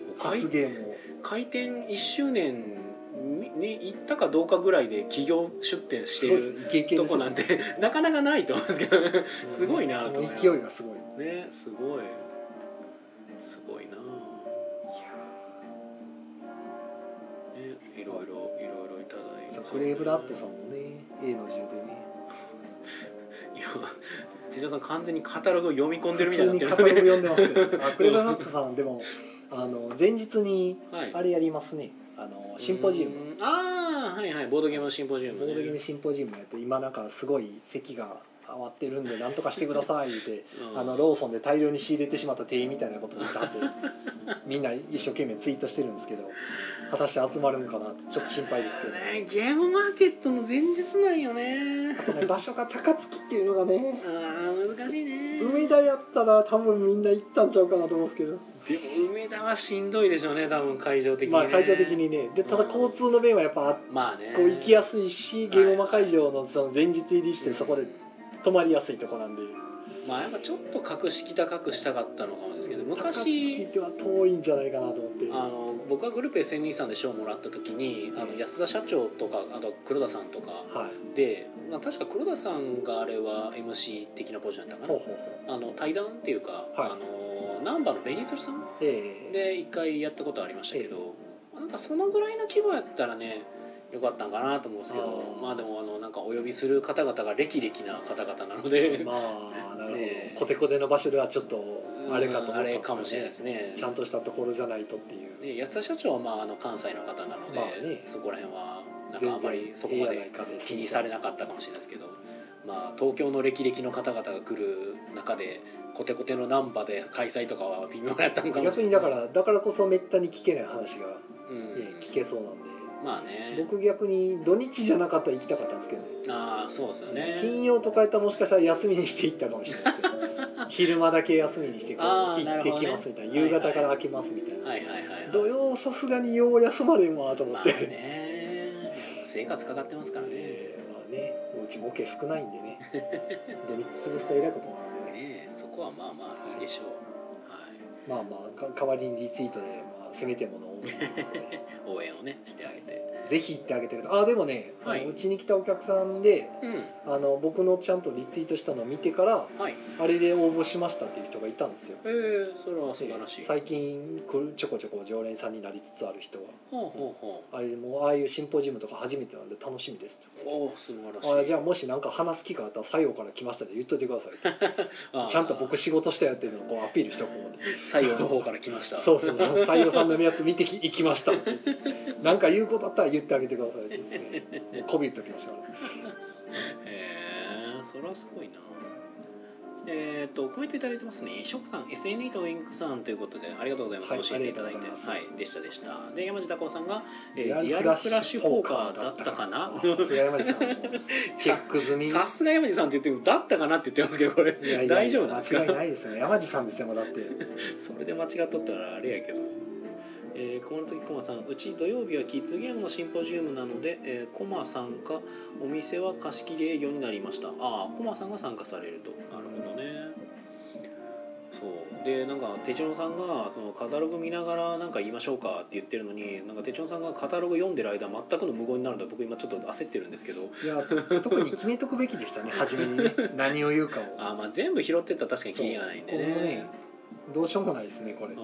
もう開
初ゲームを
開店1周年に行ったかどうかぐらいで企業出店してる
イケイケ
と
です
こなん てなかなかないと思うんですけどねすごいなと思います
勢いがすごい
ねすごいすごいなねいろいろいろいろいただいて
クレーブラッドさんもね A の10でね
いや手錠さん完全にカタログを読み込んでる
普
みたい
通
に
に
な
カ
っ
タ
て
ロ
るね
グ読ん でますけどあクレーブラッドさんでもあの前日に
はい
あれやりますねあのシンポジウム
うんああはいはいボードゲームのシンポジウム、ね、
ボードゲームシンポジウムやって今なんかすごい席が終わってるんでなんとかしてくださいって
うん
あのローソンで大量に仕入れてしまった店員みたいなことを言っ てはってみんな一生懸命ツイートしてるんですけど果たして集まるんかなってちょっと心配ですけどね
ねゲームマーケットの前日なんよね
あとね場所が高槻っていうのがね
あー難しいね
梅田やったら多分みんな行ったんちゃうかなと思うんですけど、
でも梅田はしんどいでしょうね多分会場的に、ね、
まあ会場的にねでただ交通の便はやっぱあ
まあね
こう行きやすいしゲームマ会場のその前日入り
す
してそこで泊まりやすいとこなんで
まあやっぱちょっと格式高くしたかったのかもですけど
高
昔
槻では遠いんじゃないかなと思って
あの僕はグループ SNE んで賞をもらった時にあの安田社長とかあと黒田さんとか
はい
で、まあ、確か黒田さんがあれは MC 的なポジションだったか
ほう
な
ほうほう
あの対談っていうか、あの難波のベニズルさん
ええ
で一回やったことありましたけど、なんかそのぐらいの規模やったらねよかったんかなと思うんですけど
あー
まあでもあのなんかお呼びする方々が歴々な方々なので、
まあなるほど、
ええ
コテコテの場所ではちょっと あれかと思ったんですけどね
あれかもしれないですね
ちゃんとしたところじゃないとっていう、
ね安田社長はまああの関西の方なので、
まあね
そこら辺はなん
全
かあ
然
まりそこま
ええやない
で
かで
気にされなかったかもしれないですけど、まあ、東京の歴々の方々が来る中でコテコテの難波で開催とかは微妙やったんかもし
逆
れない
にだからだからこそめったに聞けない話が、
うん
ね聞けそうなんで
まあね
僕逆に土日じゃなかったら行きたかったんですけどね
ああそうですよね
金曜とかやったらもしかしたら休みにして行ったかもしれない ですけど昼間だけ休みにしてこう
あ
行
ーなる
っ
ほ
て
どね
きますみたいな夕方から開けますみたいな、
はいはいはい
土
はい
曜さすがによう休まれんわと思
ま
っ
あ
て、
ね生活かかってますからね
えーまあねうちもケ少ないんで ね土日潰すと偉いことなんでね
ねそこはまあまあいいでしょうは
まあまあか代わりにリツイートで、まあ、せめてものを
い応援をねしてあげて
ぜひ行ってあげてくださいあでもねあの
はいう
ち、に来たお客さんで
うん
あの僕のちゃんとリツイートしたのを見てから
はい
あれで応募しましたっていう人がいたんですよ
えー、それは素晴らしい
で
ほう
最近こうちょこちょこ常連さんになりつつある人は
ほうほ
あれもうああいうシンポジウムとか初めてなんで楽しみですと
うおお素晴らしい
あじゃあもし何か話す機会あったら「採用から来ました」で言っといてくださいと
あー
ちゃんと僕仕事したよっていうのをこうアピールしとこうと
採用の方から来ました
そうそう採用さんのやつ見てき行きました何か言うことあったら言ってあげてくださいってこびっときましょう
へえそれはすごいなえっとコメントいただいてますねショックさん SNE とウインクさんということでありがとうございます、
はい
教えていただいて
ありがとうござ
はい
ます
でしたでしたで山地孝夫さんが、えー
リア
リア
ル
ル
ク
ク
ラ
ラ
ッ
ッ
シ
シ
ュ
ュ
ポ
ポー
ーカ
カ
ー
ー
だ
だ
っ
ったた
か
か
な
な
菅山地さんもチェック済み
さすが山地さんって言ってもだったかなって言ってますけどこれ
いやいや
大丈夫なんですか
間違いないですね山地さんですよもうだって
それで間違っとったらあれやけど、えー、小松コマさんうち土曜日はキッズゲームのシンポジウムなので、えー、コマさんかお店は貸し切り営業になりましたああコマさんが参加されるとなるほどねそうでなんか手帳さんがそのカタログ見ながらなんか言いましょうかって言ってるのになんか手帳さんがカタログ読んでる間全くの無言になるので僕今ちょっと焦ってるんですけど
いや特に決めとくべきでしたね初めにね何を言うかを
あーまあ全部拾ってったら確かにキリがないんで
そうこれ
ね
もねどうしようもないですねこれ
うん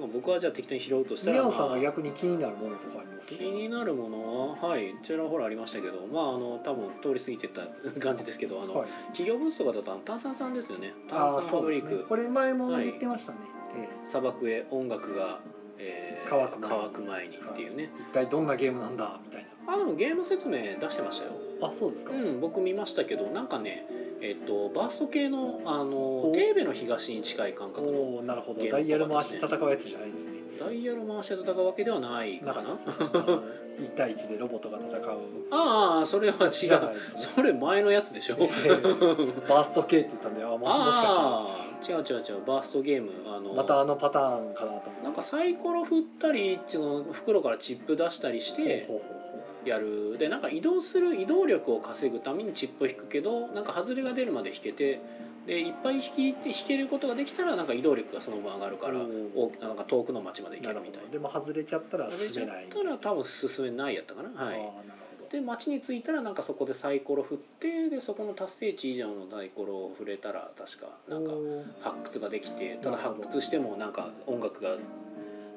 なんか僕はじゃあ適当に拾うとしたら、
宮
ま
野
あ、
さんは逆に気になるものとかあります
気になるものははいちらほらありましたけどまああの多分通り過ぎてった 感じですけどあの、
はい
企業ブースとかだとあの炭酸さんですよね炭
あ
酸
ー
ファ
そう
ブ
で
リ
す
ッ
ね
ク、
これ前も言ってましたね、え
砂漠へ音楽が、えー
乾く前に
乾く前にっていうね
え一体どんなゲームなんだみたい
あでもゲーム説明出してましたよ
なあそうですか、
うん僕見ましたけどなんかねえっとバースト系のあのテーベの東に近い感覚の
おおなるほ
ゲ
ど
ーム
ダイヤル回して戦うやつじゃないんですね
ダイヤル回して戦うわけではないかな
なかったですねあ の一対一でロボットが戦う
ああそれは違
じゃな
う
いですね
それ前のやつでしょ
バースト系って言ったんであももしかしたら
ああ違う違う違うバーストゲームあの
またあのパターンかなと思って
なんかサイコロ振ったりその袋からチップ出したりして
ほうほうほうほ
やるでなんか移動する移動力を稼ぐためにチップを引くけどなんか外れが出るまで引けてでいっぱい引いて引けることができたらなんか移動力がその分上がるから
おー
おなんか遠くの町まで
う
行けるみたいな
でも外れちゃったら
食べ
進
ちゃ
め
っ
ない
たら多分進めないやったかな
あ
は
ー
い
なるほど
で町に着いたらなんかそこでサイコロ振ってでそこの達成値以上のサイコロを振れたら確かなんか
おー
発掘ができてただ
なるほど
発掘してもなんか音楽が、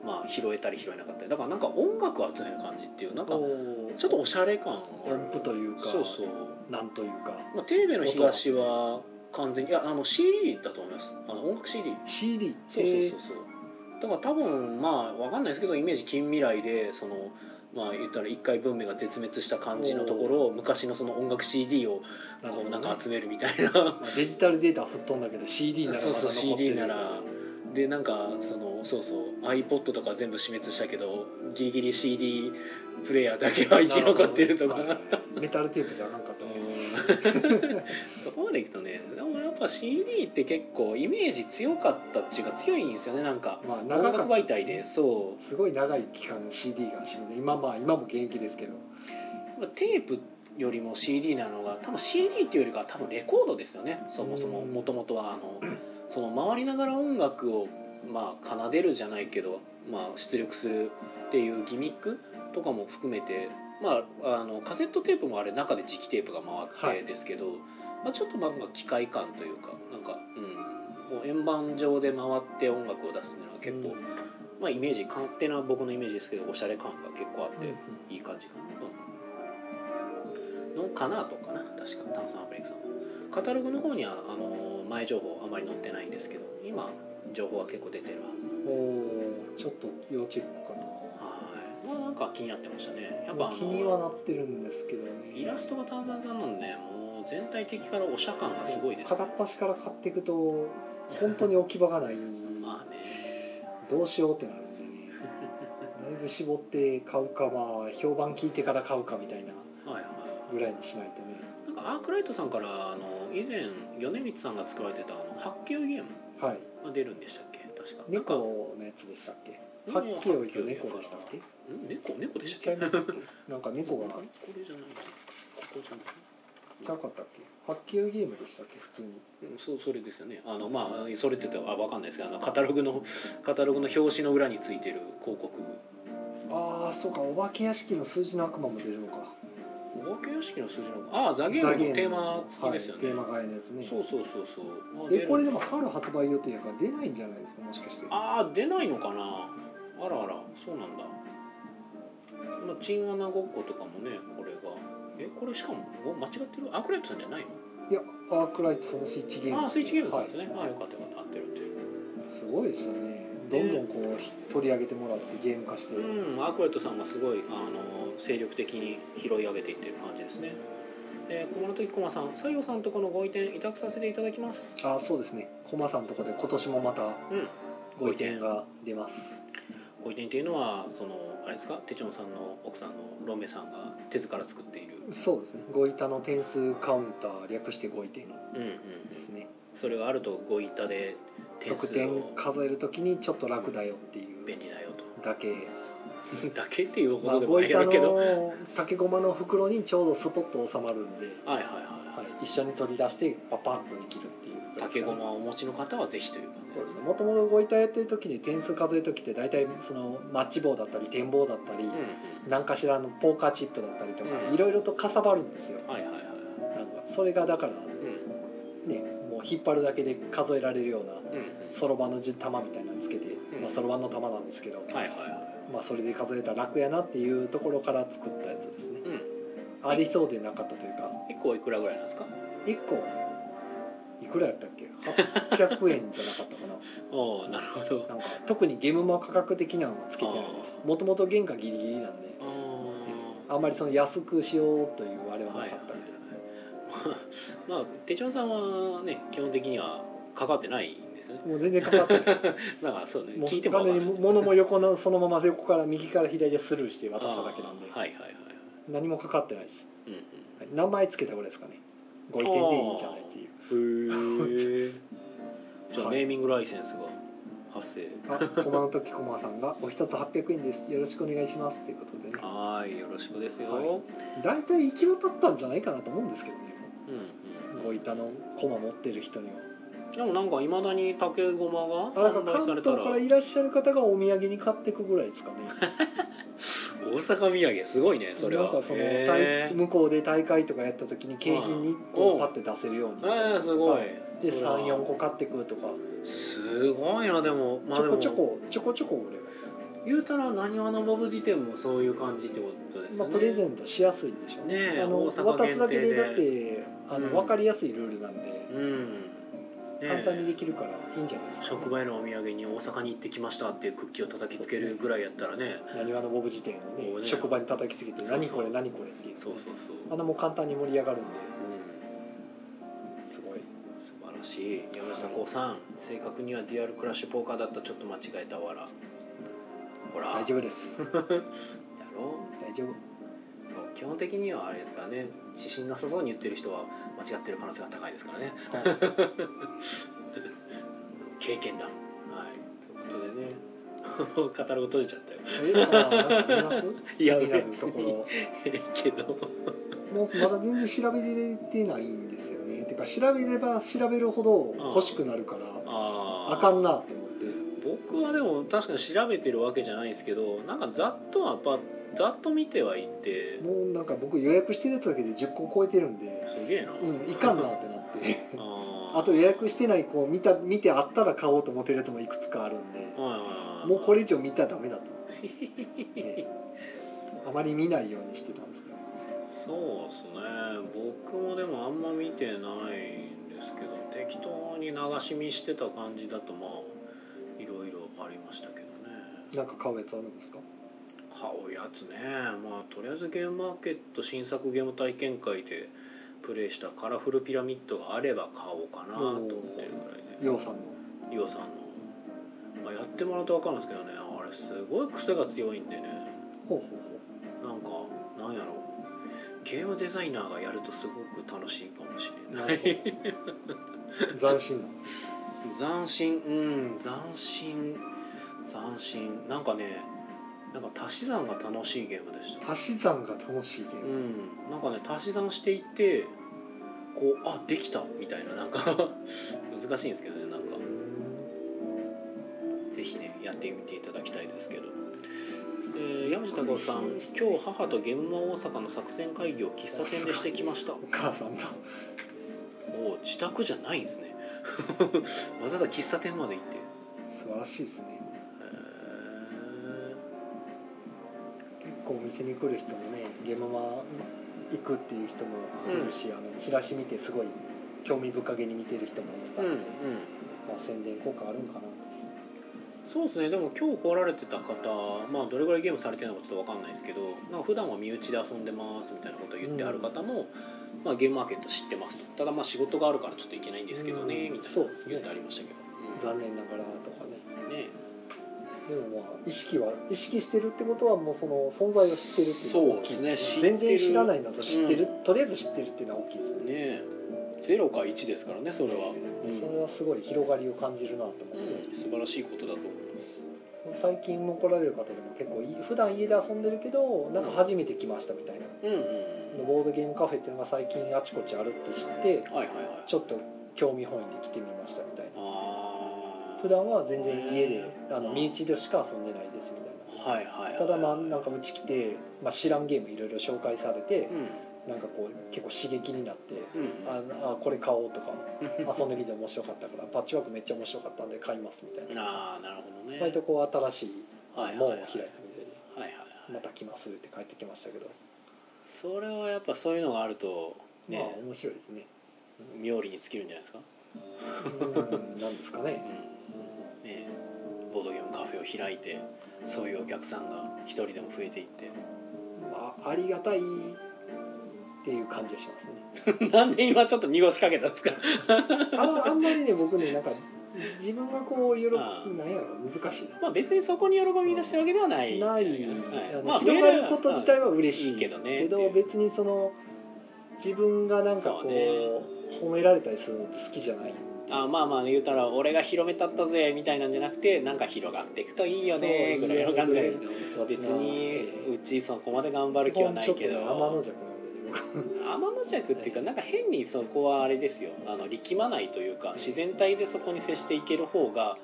まあ、拾えたり拾えなかったりだからなんか音楽を集める感じっていうなんか
おー
ちょっとおしゃれ感は
音符というか
そうそう、
なんというか
まあ、テーベの東は完全にいやあの CD だと思いますあの音楽 CD
CD
そうそうそうそうだから多分まあわかんないですけどイメージ近未来でそのまあ言ったら一回文明が絶滅した感じのところを昔のその音楽 CD を
なる
こ
ほど
う
ね
なんか集めるみたいな
まあデジタルデータは吹っ飛んだけど CD ならまだ
そう
残
そう
ってる
CD ならでなんかそのそうそう iPod とか全部死滅したけどギリギリ CD プレイヤーだけは生き残ってるとか
なほどねメタルテープじゃあかんかったね
そこまでいくとねでもやっぱ CD って結構イメージ強かったっていうか強いんですよねなんか
まあ
音
長か
楽
った
媒体でそう
すごい長い期間 CD が死んで今まあ今も現役ですけど
テープよりも CD なのが多分 CD っていうよりかは多分レコードですよねそもそも
うん
もともとはあのその回りながら音楽をまあ奏でるじゃないけど、まあ、出力するっていうギミックとかも含めて、まあ、あのカセットテープもあれ中で磁気テープが
は
回っ
い
てですけど、まあ、ちょっとなんか機械感というかなんか、うん、もう円盤上で回って音楽を出すっていうのは結構、
うん
まあ、イメージ勝手な僕のイメージですけどおしゃれ感が結構あって。
う
いい感じかなうんのかなとかな確か炭酸アブレイクさんはカタログの方にはあの前情報あまり載ってないんですけど今情報は結構出てるはずなん
ん
で
おーちょっと要チェックかな
はいまあなんか気になってましたねやっぱあ
気には
の
なってるんですけどね
イラストが炭酸さんなんでもう全体的からおしゃ感がすごいですね
片っ端から買っていくと本当に置き場がない
まあね
どうしようってなるんでねだいぶ絞って買うかまあ評判聞いてから買うかみたいな
はいはい
ぐらいにしないとね
なんかアークライトさんからあの以前米光さんが作られてたあの発球ゲーム
はい
が出るんでしたっけ確かなんか
猫のやつでしたっけ
な
は
んか
っきり言うと猫でしたっけ
ん猫猫でしたっ
ちゃい
け
ましたっけなんか猫が
これじゃないここじゃない
ちゃうかったっけ発球ゲームでしたっけ普通に
うんそうそれですよねあのまあそれって言ったらあわかんないですけどあのカタログのカタログの表紙の裏についてる広告
ああそうかお化け屋敷の数字の悪魔も出るのか
お化け屋敷の数字のああザゲームのテーマ好きですよね、
はい、テーマ変えのやつね
そうそうそうそうあ出
え
る
これでも春発売予定やから出ないんじゃないですかもしかして
ああ出ないのかなあらあらそうなんだまあチンアナごっことかもねこれがえこれしかもお間違ってるアークライトさんじゃないの
いやアークライトそのスイッチゲーム
ああースイッチゲームさんです
ね、
ね、ああよかったよかった合ってるってる
はい、すごいですよねどんどんこう取り上げてもらってゲーム化して、
うんアークライトさんがすごいあの精力的に拾い上げていってる感じですねえー、小室時駒さん西洋さんとこのご移転委託させていただきます
ああそうですねコマさんとこで今年もまた
うん
ご意見が出ます
ご移転っていうのはそのあれですか手帳さんの奥さんのロメさんが手塚から作っている
そうですねご板の点数カウンター略してご意見
うんうん
ですね
それがあるとご板で点
得
数
点
を
数えるときにちょっと楽だよっていう
便利だよと
だけ
だけっていうこ
まあ
とで
ご
もない
板
やろうけど、
の竹駒の袋にちょうどスポッと収まるんで、
はいはいはい、
は、
はい
一緒に取り出してパパッとできるっていう
い、竹駒をお持ちの方はぜひという感じ
そ
です
うです
ね
ねもともとご板やってる時に点数数える時って大体そのマッチ棒だったり展望だったり、
うん
何かしらのポーカーチップだったりとか、
うん
いろいろとかさばるんですよ
うんはいはいはい
なんかそれがだから
うん
ねもう引っ張るだけで数えられるような
うん
そろばんの玉みたいなのつけて
うん
まあそろばんの玉なんですけど、
うんはいはいは
まあ、それで数えたら楽やなっていうところから作ったやつですね
いうん
ありそうでなかったというか
1個いくらぐらいなんですか
1個いくらやったっけ800円じゃなかったかな
おおなるほど
なんか特にゲームマ価格的なのはつけてないですもともと原価ギリギリなんで
あー
あんまりその安くしようというあれはなか
は
っ
いはいはい
たみたい
まあまあ手帳さんはね基本的にはかかってないんですね
もう全然かかってない
だからそうね
も う
聞いてもわ
完
か
全
んな
に
い
物も横のそのまま横から右から左でスルーして渡しただけなんで
あーはいはいはい
何もかかってないです
うんうん
はい名前つけたぐらいですかねご意見でいいんじゃないってい
へ
う
えじゃあ、
はい
ネーミングライセンスが発生
あ駒の時駒さんが「お一つ800円ですよろしくお願いします」っていうことでね
はーいよろしくですよ、
はい
うん
大体行き渡ったんじゃないかなと思うんですけどね
うん
ご板の駒持ってる人には
でもなんかいまだに竹駒が
あだから
販売さ
関
れた
東
ら
から
大
いらっしゃる方がお土産に買っていくぐらいですかね
阪土産すごいね それは
なんかその
へ
大向こうで大会とかやった時に景品に
う
こ
ん
うパッて出せるように
えー、すごい
で
それは
34個買ってくとか
すごいなでもまあ
ち
で
ょ
も
こちょこちょこちょこ売れま
言うたらなにわのボブ辞典もそういう感じってことですね、
す、まあ、プレゼントしやすいんでしょう
ねえ
あの
大阪
渡
限定で
すだけでだってあ
うん
の分かりやすいルールなんで、
うんね
簡単にできるからいいんじゃないですか、
職場へのお土産に大阪に行ってきましたっていうクッキーを叩きつけるぐらいやったらね
なにわのボブ辞典をね
こうね
職場に叩きつけて「
そうそう
何これ何これ」っていう
そうそうそう、
あのもう簡単に盛り上がるんで
うん
すごい
素晴らしい山下幸さん、正確にはデュアルクラッシュポーカーだったちょっと間違えたわらほら
大丈夫です
やろ
大丈夫
うそう基本的にはあれですからね自信なさそうに言ってる人は間違ってる可能性が高いですからね
はい
経験だはいという ことでねカタログ閉じちゃったよ
えあなんか見ます
いや
気になる
別
とこ
に
ろ
ええけど
もうまだ全然調べれてないんですよねてか調べれば調べるほど欲しくなるから
あ
あ
ー
かんなって思って
僕はでも確かに調べてるわけじゃないですけどなんかざっとはやっぱざっと見てはいって
もうなんか僕予約してるやつだけで10個超えてるんです
げえな、
うんいかんなってなって
あー
あと予約してないこう見た見てあったら買おうと思ってるやつもいくつかあるんで
はいはいはいはい
もうこれ以上見たらダメだと思って、ねあまり見ないようにしてたんですけど
そうですね僕もでもあんま見てないんですけど適当に流し見してた感じだとまあいろいろありましたけどね
なんか買うやつあるんですか
買うやつねまあとりあえずゲームマーケット新作ゲーム体験会でプレイしたカラフルピラミッドがあれば買おうかなと思ってるぐらいで
ようさんの
伊代さんの、まあ、やってもらうと分かるんですけどねあれすごい癖が強いんでね
ほうほう
なんかなんやろゲームデザイナーがやるとすごく楽しいかもしれない
なるほど斬新な
斬新うん斬新斬新なんかねなんか足し算が楽しいゲームでした
足し算が楽しいゲー
う
ム、
んなんかね足し算していってこうあできたみたいななんか 難しいんですけどねなんかぜひねやってみていただきたいですけど、えー、山地太郎さん「今日母とゲームマ大阪の作戦会議を喫茶店でしてきました」
お母さんだ
おう自宅じゃないんですね わざわざ喫茶店まで行ってへ
素晴らしいですね
ー
結構お店に来る人もねゲームマ行くっていう人もいるし、あのチラシ見てすごい興味深げに見てる人もいた
うん
の
う
で、
ん
まあ、宣伝効果あるんかな
そうですねでも今日来られてた方まあどれぐらいゲームされてるのかちょっと分かんないですけどなんか普段は身内で遊んでますみたいなことを言ってある方も、まあ、ゲームマーケット知ってますとただまあ仕事があるからちょっと行けないんですけどね、
うん
みたいな
そうですね
言ってありましたけど、
残念ながらとかね
うん、ね
でもまあ意識は意識してるってことはもうその存在を知ってるっていうのは大きい
そうですね
全然
知ってる
知らないのと知ってる、
う
とりあえず知ってるっていうのは大きいですね
ねえ0か1ですからねそれは、
え
うん
ーそれはすごい広がりを感じるなと思って、
うん、素晴らしいことだと思います
最近も来られる方でも結構い普段家で遊んでるけどなんか初めて来ましたみたいな、
うんうん
ボードゲームカフェっていうのが最近あちこちあるって知って
うんはいはいはい
ちょっと興味本位で来てみましたみたいな
ああ
普段は全然家で
うん
あの身内でしか遊んでないですみたいな
はいはいはい、
ただまあなんかうち来て、まあ、知らんゲームいろいろ紹介されて
う、ん
なんかこう結構刺激になって、
うん
ああこれ買おうとか遊んでみて面白かったからパッチワークめっちゃ面白かったんで買いますみたいな
ああなるほどね
割とこう新しい
はいはい
門を
は
開
い
いたみたいで
はいはい
また来ますって帰ってきましたけど、
それはやっぱそういうのがあるとね、
まあ面白い ですね
妙利に尽きるんじゃないですか、
うんなんですか
う
ね
んねボードゲームカフェを開いてそういうお客さんが一人でも増えていって
まあありがたいっていう感じがしますね
なんで今ちょっと濁しかけたんですか
あのあんまりね僕ねなんか自分がこう喜
ああ
ぶなんやろ難しいな
まあ別にそこに喜び出してるわけではないじゃ
ない、
はい
あの
まあ
広がること自体は嬉しい,、
いいけどね
け
ってい
ど
う
別にその自分がなんかこ
そう
う
ね
褒められたりするのって好きじゃない
あまあまあ言うたら俺が広めたったぜみたいなんじゃなくてなんか広がっていくといいよねぐらいの感じで別にうちそこまで頑張る気はないけど
ちょっとね天の弱なんでね僕
天の弱っていうかなんか変にそこはあれですよあの力まないというか自然体でそこに接していける方が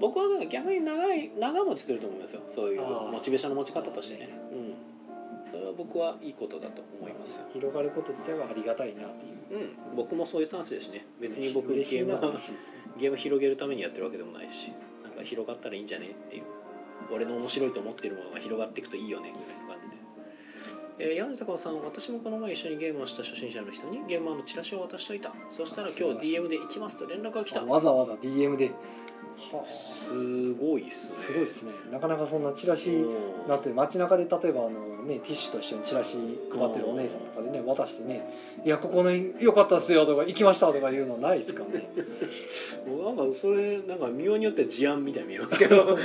僕はなんか逆に長い長持ちすると思いますよそういう
あー
モチベーションの持ち方としてね、うん、それは僕はいいことだと思いますよ
広がること自体はありがたいなっていう
うん僕もそういうスタンスですしね別に僕ゲ
嬉しい
ーム
な
は
嬉しいですね
ゲーム広げるためにやってるわけでもないしなんか広がったらいいんじゃねっていう俺の面白いと思ってるものが広がっていくといいよねぐらいの感じで。えー、柳高さん私もこの前一緒にゲームをした初心者の人にゲームマンのチラシを渡しといたそしたら今日 DM で行きますと連絡が来た
あわざわざ DM で、はあ、す
すごいっすね
ごいですねなかなかそんなチラシ、
うん
だって街中で例えばあの、ね、ティッシュと一緒にチラシ配ってるお姉さんとかでね渡してね「いやここの良かったっすよ」とか「行きました」とか言うのないですかね
僕なんかそれなんか見ようによっては事案みたいに見えますけ ど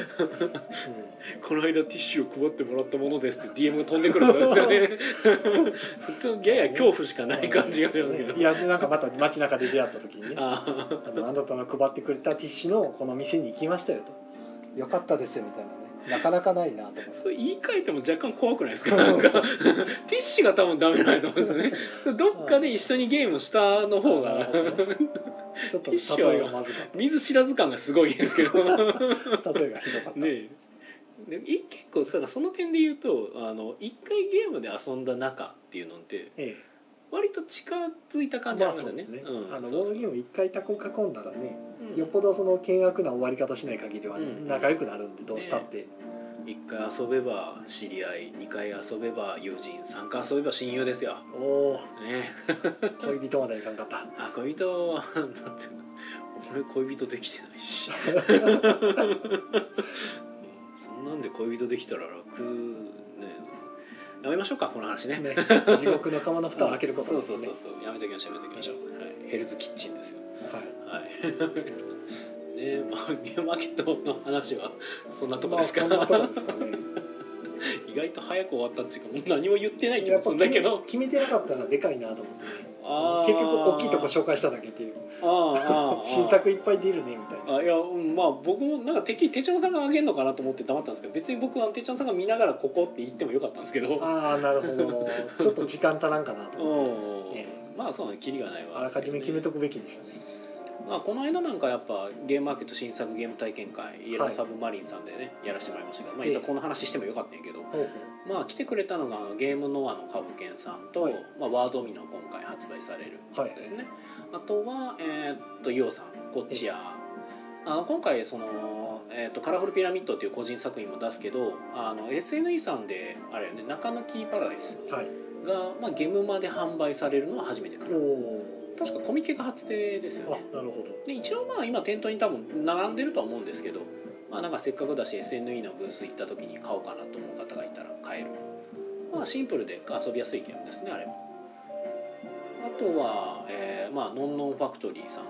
この間ティッシュを配ってもらったものですって DM が飛んでくるんですよね そっちのやや恐怖しかない感じがあり ますけど、
いやなんかまた街中で出会った時にねあ
あー
のあなたの配ってくれたティッシュのこの店に行きましたよと「良かったですよ」みたいなねなかなかないなと思って
それ言い換えても若干怖くないですかなんかティッシュが多分ダメなんだと思うんですよねそれどっかで一緒にゲームしたの方
な
が
るほどねちょっと
ティッシュは
例えがまずかっ
見ず知らず感がすごいですけど ね
た例えがひどかった、
えでい結構さその点で言うとあの一回ゲームで遊んだ中っていうのって
え
割と近づいた
え
感じ
ま
あ
あ
ります
そう
よ
で
ね
すね、
うん
あの
そ
ボ
う
ー
そ
ド
う
ゲーム一回タコ囲んだらね
うん
よっぽどその険悪な終わり方しない限りはね、
うん
仲良くなるんでどうしたって、
一回遊べば知り合い二回遊べば友人三回遊べば親友ですよ
おお
ね
恋人までいかんかった
あ恋人 はだって俺恋人できてない しそんなんで恋人できたら楽ねやめましょうかこの話ね
ね地獄の釜の蓋を開けることなんです
そう
ね
そうそうそうやめときましょうやめときましょう、はい、ヘルズキッチンですよ
はい
はい ね、まあ、ゲームマーケットの話はそんなとこ
まあ
ですか、
そんなとこですかね
意外と早く終わったっていうかもう何も言ってない気
や
が
っ
す
ぱ
るんだけ
決め
ど
決めてなかったらでかいなと思って
あー
結局大きいとこ紹介しただけっていう
あーあ ー
新作いっぱい出るねみたいな
あいや、うん、まあ僕もなんかてっきりてっちゃんさんがあげるのかなと思って黙ったんですけど別に僕はてっちゃんさんが見ながらここって言ってもよかったんですけど
ああーなるほどちょっと時間足らんかな と
う
思っ
ん
てえ
まあそうねキリがないわ
あらかじめ決めとくべきでしたね
まあ、この間なんかやっぱゲームマーケット新作ゲーム体験会イエローサブマリンさんでね、やらせてもらいましたけど、まあ、
ええ
一応この話してもよかったんやけど、
ほうほ
まあ、来てくれたのがあのゲームノアの株券さんと、
はい
まあ、ワードミの今回発売される
はい
ですね、あとは、えーっとイオさんこっちや、あの今回その、えーっと「カラフルピラミッド」っていう個人作品も出すけどあの SNE さんであれよね中抜きパラダイス
うはい
が、まあ、ゲームまで販売されるのは初めてか
お
な
お
確かコミケが初手です
あ
よね
なるほど
で一応まあ今店頭に多分並んでるとは思うんですけど、まあ、なんかせっかくだし SNE のブース行った時に買おうかなと思う方がいたら買える、まあ、シンプルで遊びやすいゲームですねあれもあとは、えーまあノンノンファクトリーさんが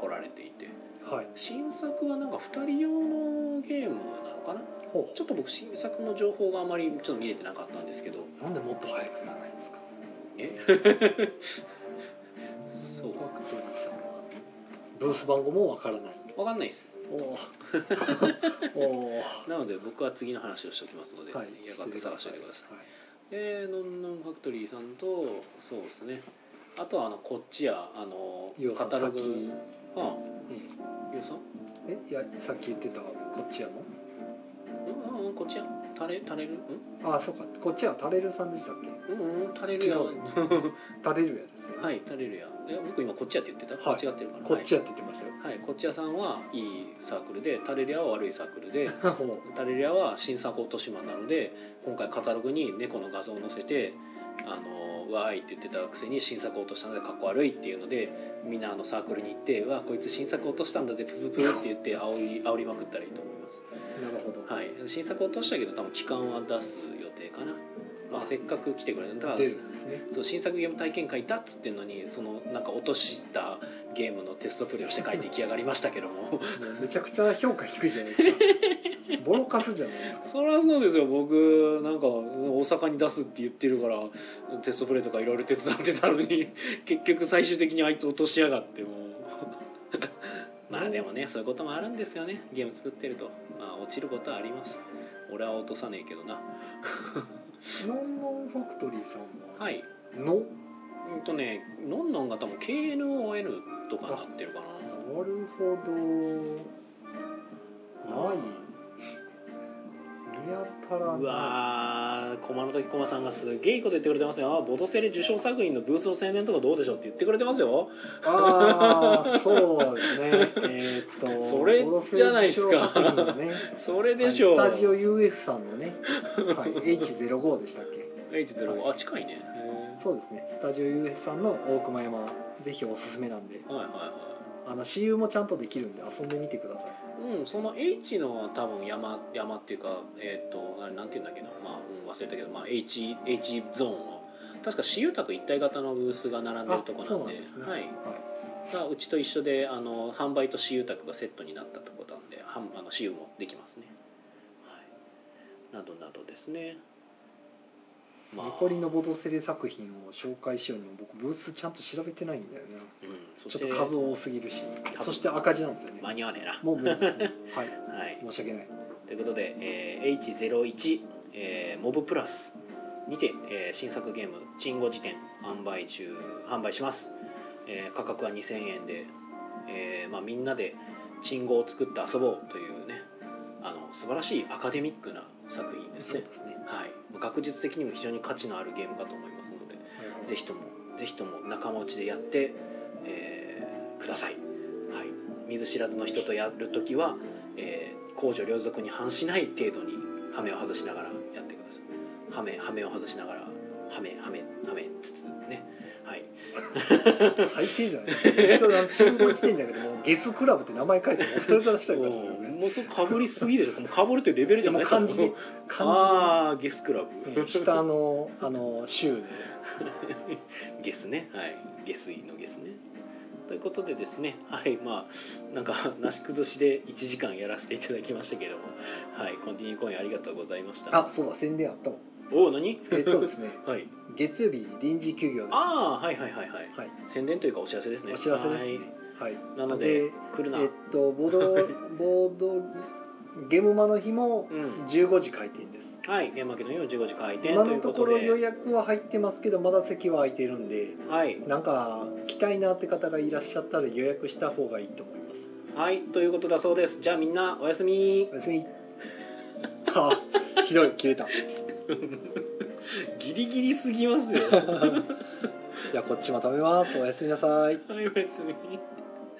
来られていて
はい
新作はなんか2人用のゲームなのかな
ほ
ちょっと僕新作の情報があまりちょっと見れてなかったんですけど
うなんでもっと早く言わないんですか
え そう
ワクチンさんはブース番号もわからない
分かんないっす
おお おお
なので僕は次の話をしておきますので、
はい
よかったら探しておいてください
はい
でノンノンファクトリーさんとそうですねあとはあのこっちやあの
伊予さ
カ
ん
タログ
さっき
うん
え
伊予さん
えいやさっき言ってたこっちやの
うんうんうんこっちやタレタレルう
ああそうかこっちはタレルさんでしたっ
んうんうんタレルや
違う
は
けタレルやですよ、い、
いタレルやえ僕今こっちやって言ってた、
はい
間違ってるかな
こっちやって言ってましたよ
はい、はい、こっちやさんはいいサークルでタレルやは悪いサークルで
ほう
タレルやは新作落としまなので今回カタログに猫の画像を載せてあのわーいって言ってたくせに新作落としたのでかっこ悪いっていうのでみんなあのサークルに行って「うわこいつ新作落としたんだぜプププ」って言って煽り煽りまくったらいいと思います、
なるほど、
はい、新作落としたけど多分期間は出す予定かな、まあ、せっかく来てくれただから
出るんですね
そう新作ゲーム体験会だっつってんのにそのなんか落としたゲームのテストプレイをして帰ってきやがりましたけども
もうめちゃくちゃ評価低いじゃないですかボロカスじゃないですか
そりゃそうですよ僕なんか大阪に出すって言ってるからテストプレイとかいろいろ手伝ってたのに 結局最終的にあいつ落としやがってもう まあでもねそういうこともあるんですよねゲーム作ってるとまあ落ちることはあります俺は落とさねえけどな
ノンノンファクトリーさんは、
はい
の
うんとねのんのんが多分 KNON とかなってるかな
なるほどない見当たらないう
わー駒の時駒さんがすげえいいこと言ってくれてますよボドセレ受賞作品のブースの宣伝とかどうでしょうって言ってくれてますよ
ああそうですねえーっ と
それじゃないですか
ボロフェイのね
それでしょう、
はいスタジオ UF さんのね、はい、H05 でしたっけ
H0 あ近いねへ
そうですねスタジオ UF さんの大熊山ぜひおすすめなんで
ーはいはいは
あの私有もちゃんとできるんで遊んでみてください
いうんその H の多分山山っていうかえっ、とあれなんていうんだっけなまあ、うん忘れたけど、まあ、H, H ゾーンは確か私有宅一体型のブースが並んでるとこなんで
あそうなんですね
はい、
は
がうちと一緒であの販売と私有宅がセットになったとこなんで販あの私有もできますね、はい、などなどですね、まあ、
い、残りのボドセレ作品を紹介しようにも僕ブースちゃんと調べてないんだよね
うんそし
ち
て
ょっと数多すぎるし
分
そして赤字なんですよね
間に合わねえな、
もう無理ですねはい
はい、
申し訳ない
ということで、えー H01、えーモブプラスにて、えー新作ゲーム「チンゴ辞典」販売中販売します、えー価格は2000円で、えーまあ、みんなでチンゴを作って遊ぼうというねあの素晴らしいアカデミックな作品です
そう
ね
で、すね
はい、学術的にも非常に価値のあるゲームかと思いますのでぜひともぜひとも仲間内でやって、えーください、はい、見ず知らずの人とやるときは、えー、公序良俗に反しない程度にハメを外しながらやってくださいハメハメを外しながらハメハメハメつつねはい
最低じゃないですか一緒なん信号地点だけどもうゲスクラブって名前書いて忘れたらしたいから
うんもうそれかぶりすぎでしょもうかぶるというレベルじゃない
もう漢字漢
ああーゲスクラ
字
ブ
で下のあの州で
ゲスねはい下水のゲスねということでですねはいまあなんかなし崩しで1時間やらせていただきましたけどもはいコンティニューコイン ありがとうございました
あそうだ宣伝あったもん
おお何
えっとですね
はい
月曜日臨時休業です
ああはいはいはいはい
はい
宣伝というかお知らせですね
お知らせですねはい、
はいなので
で
来るな
えっとボー ドボードゲームマの日も
うん
15時開店です、
はいゲームマーケットの45時開店
今
とい
の
うことと
ころ
で
予約は入ってますけどまだ席は空いてるんで
はい
なんか来たいなって方がいらっしゃったら予約した方がいいと思います
はいということだそうですじゃあみんなおやすみ
おやす みはあひどい消えたい
ギリギリすぎますよ
やこっちも食べますおやすみなさい
はいおやすみ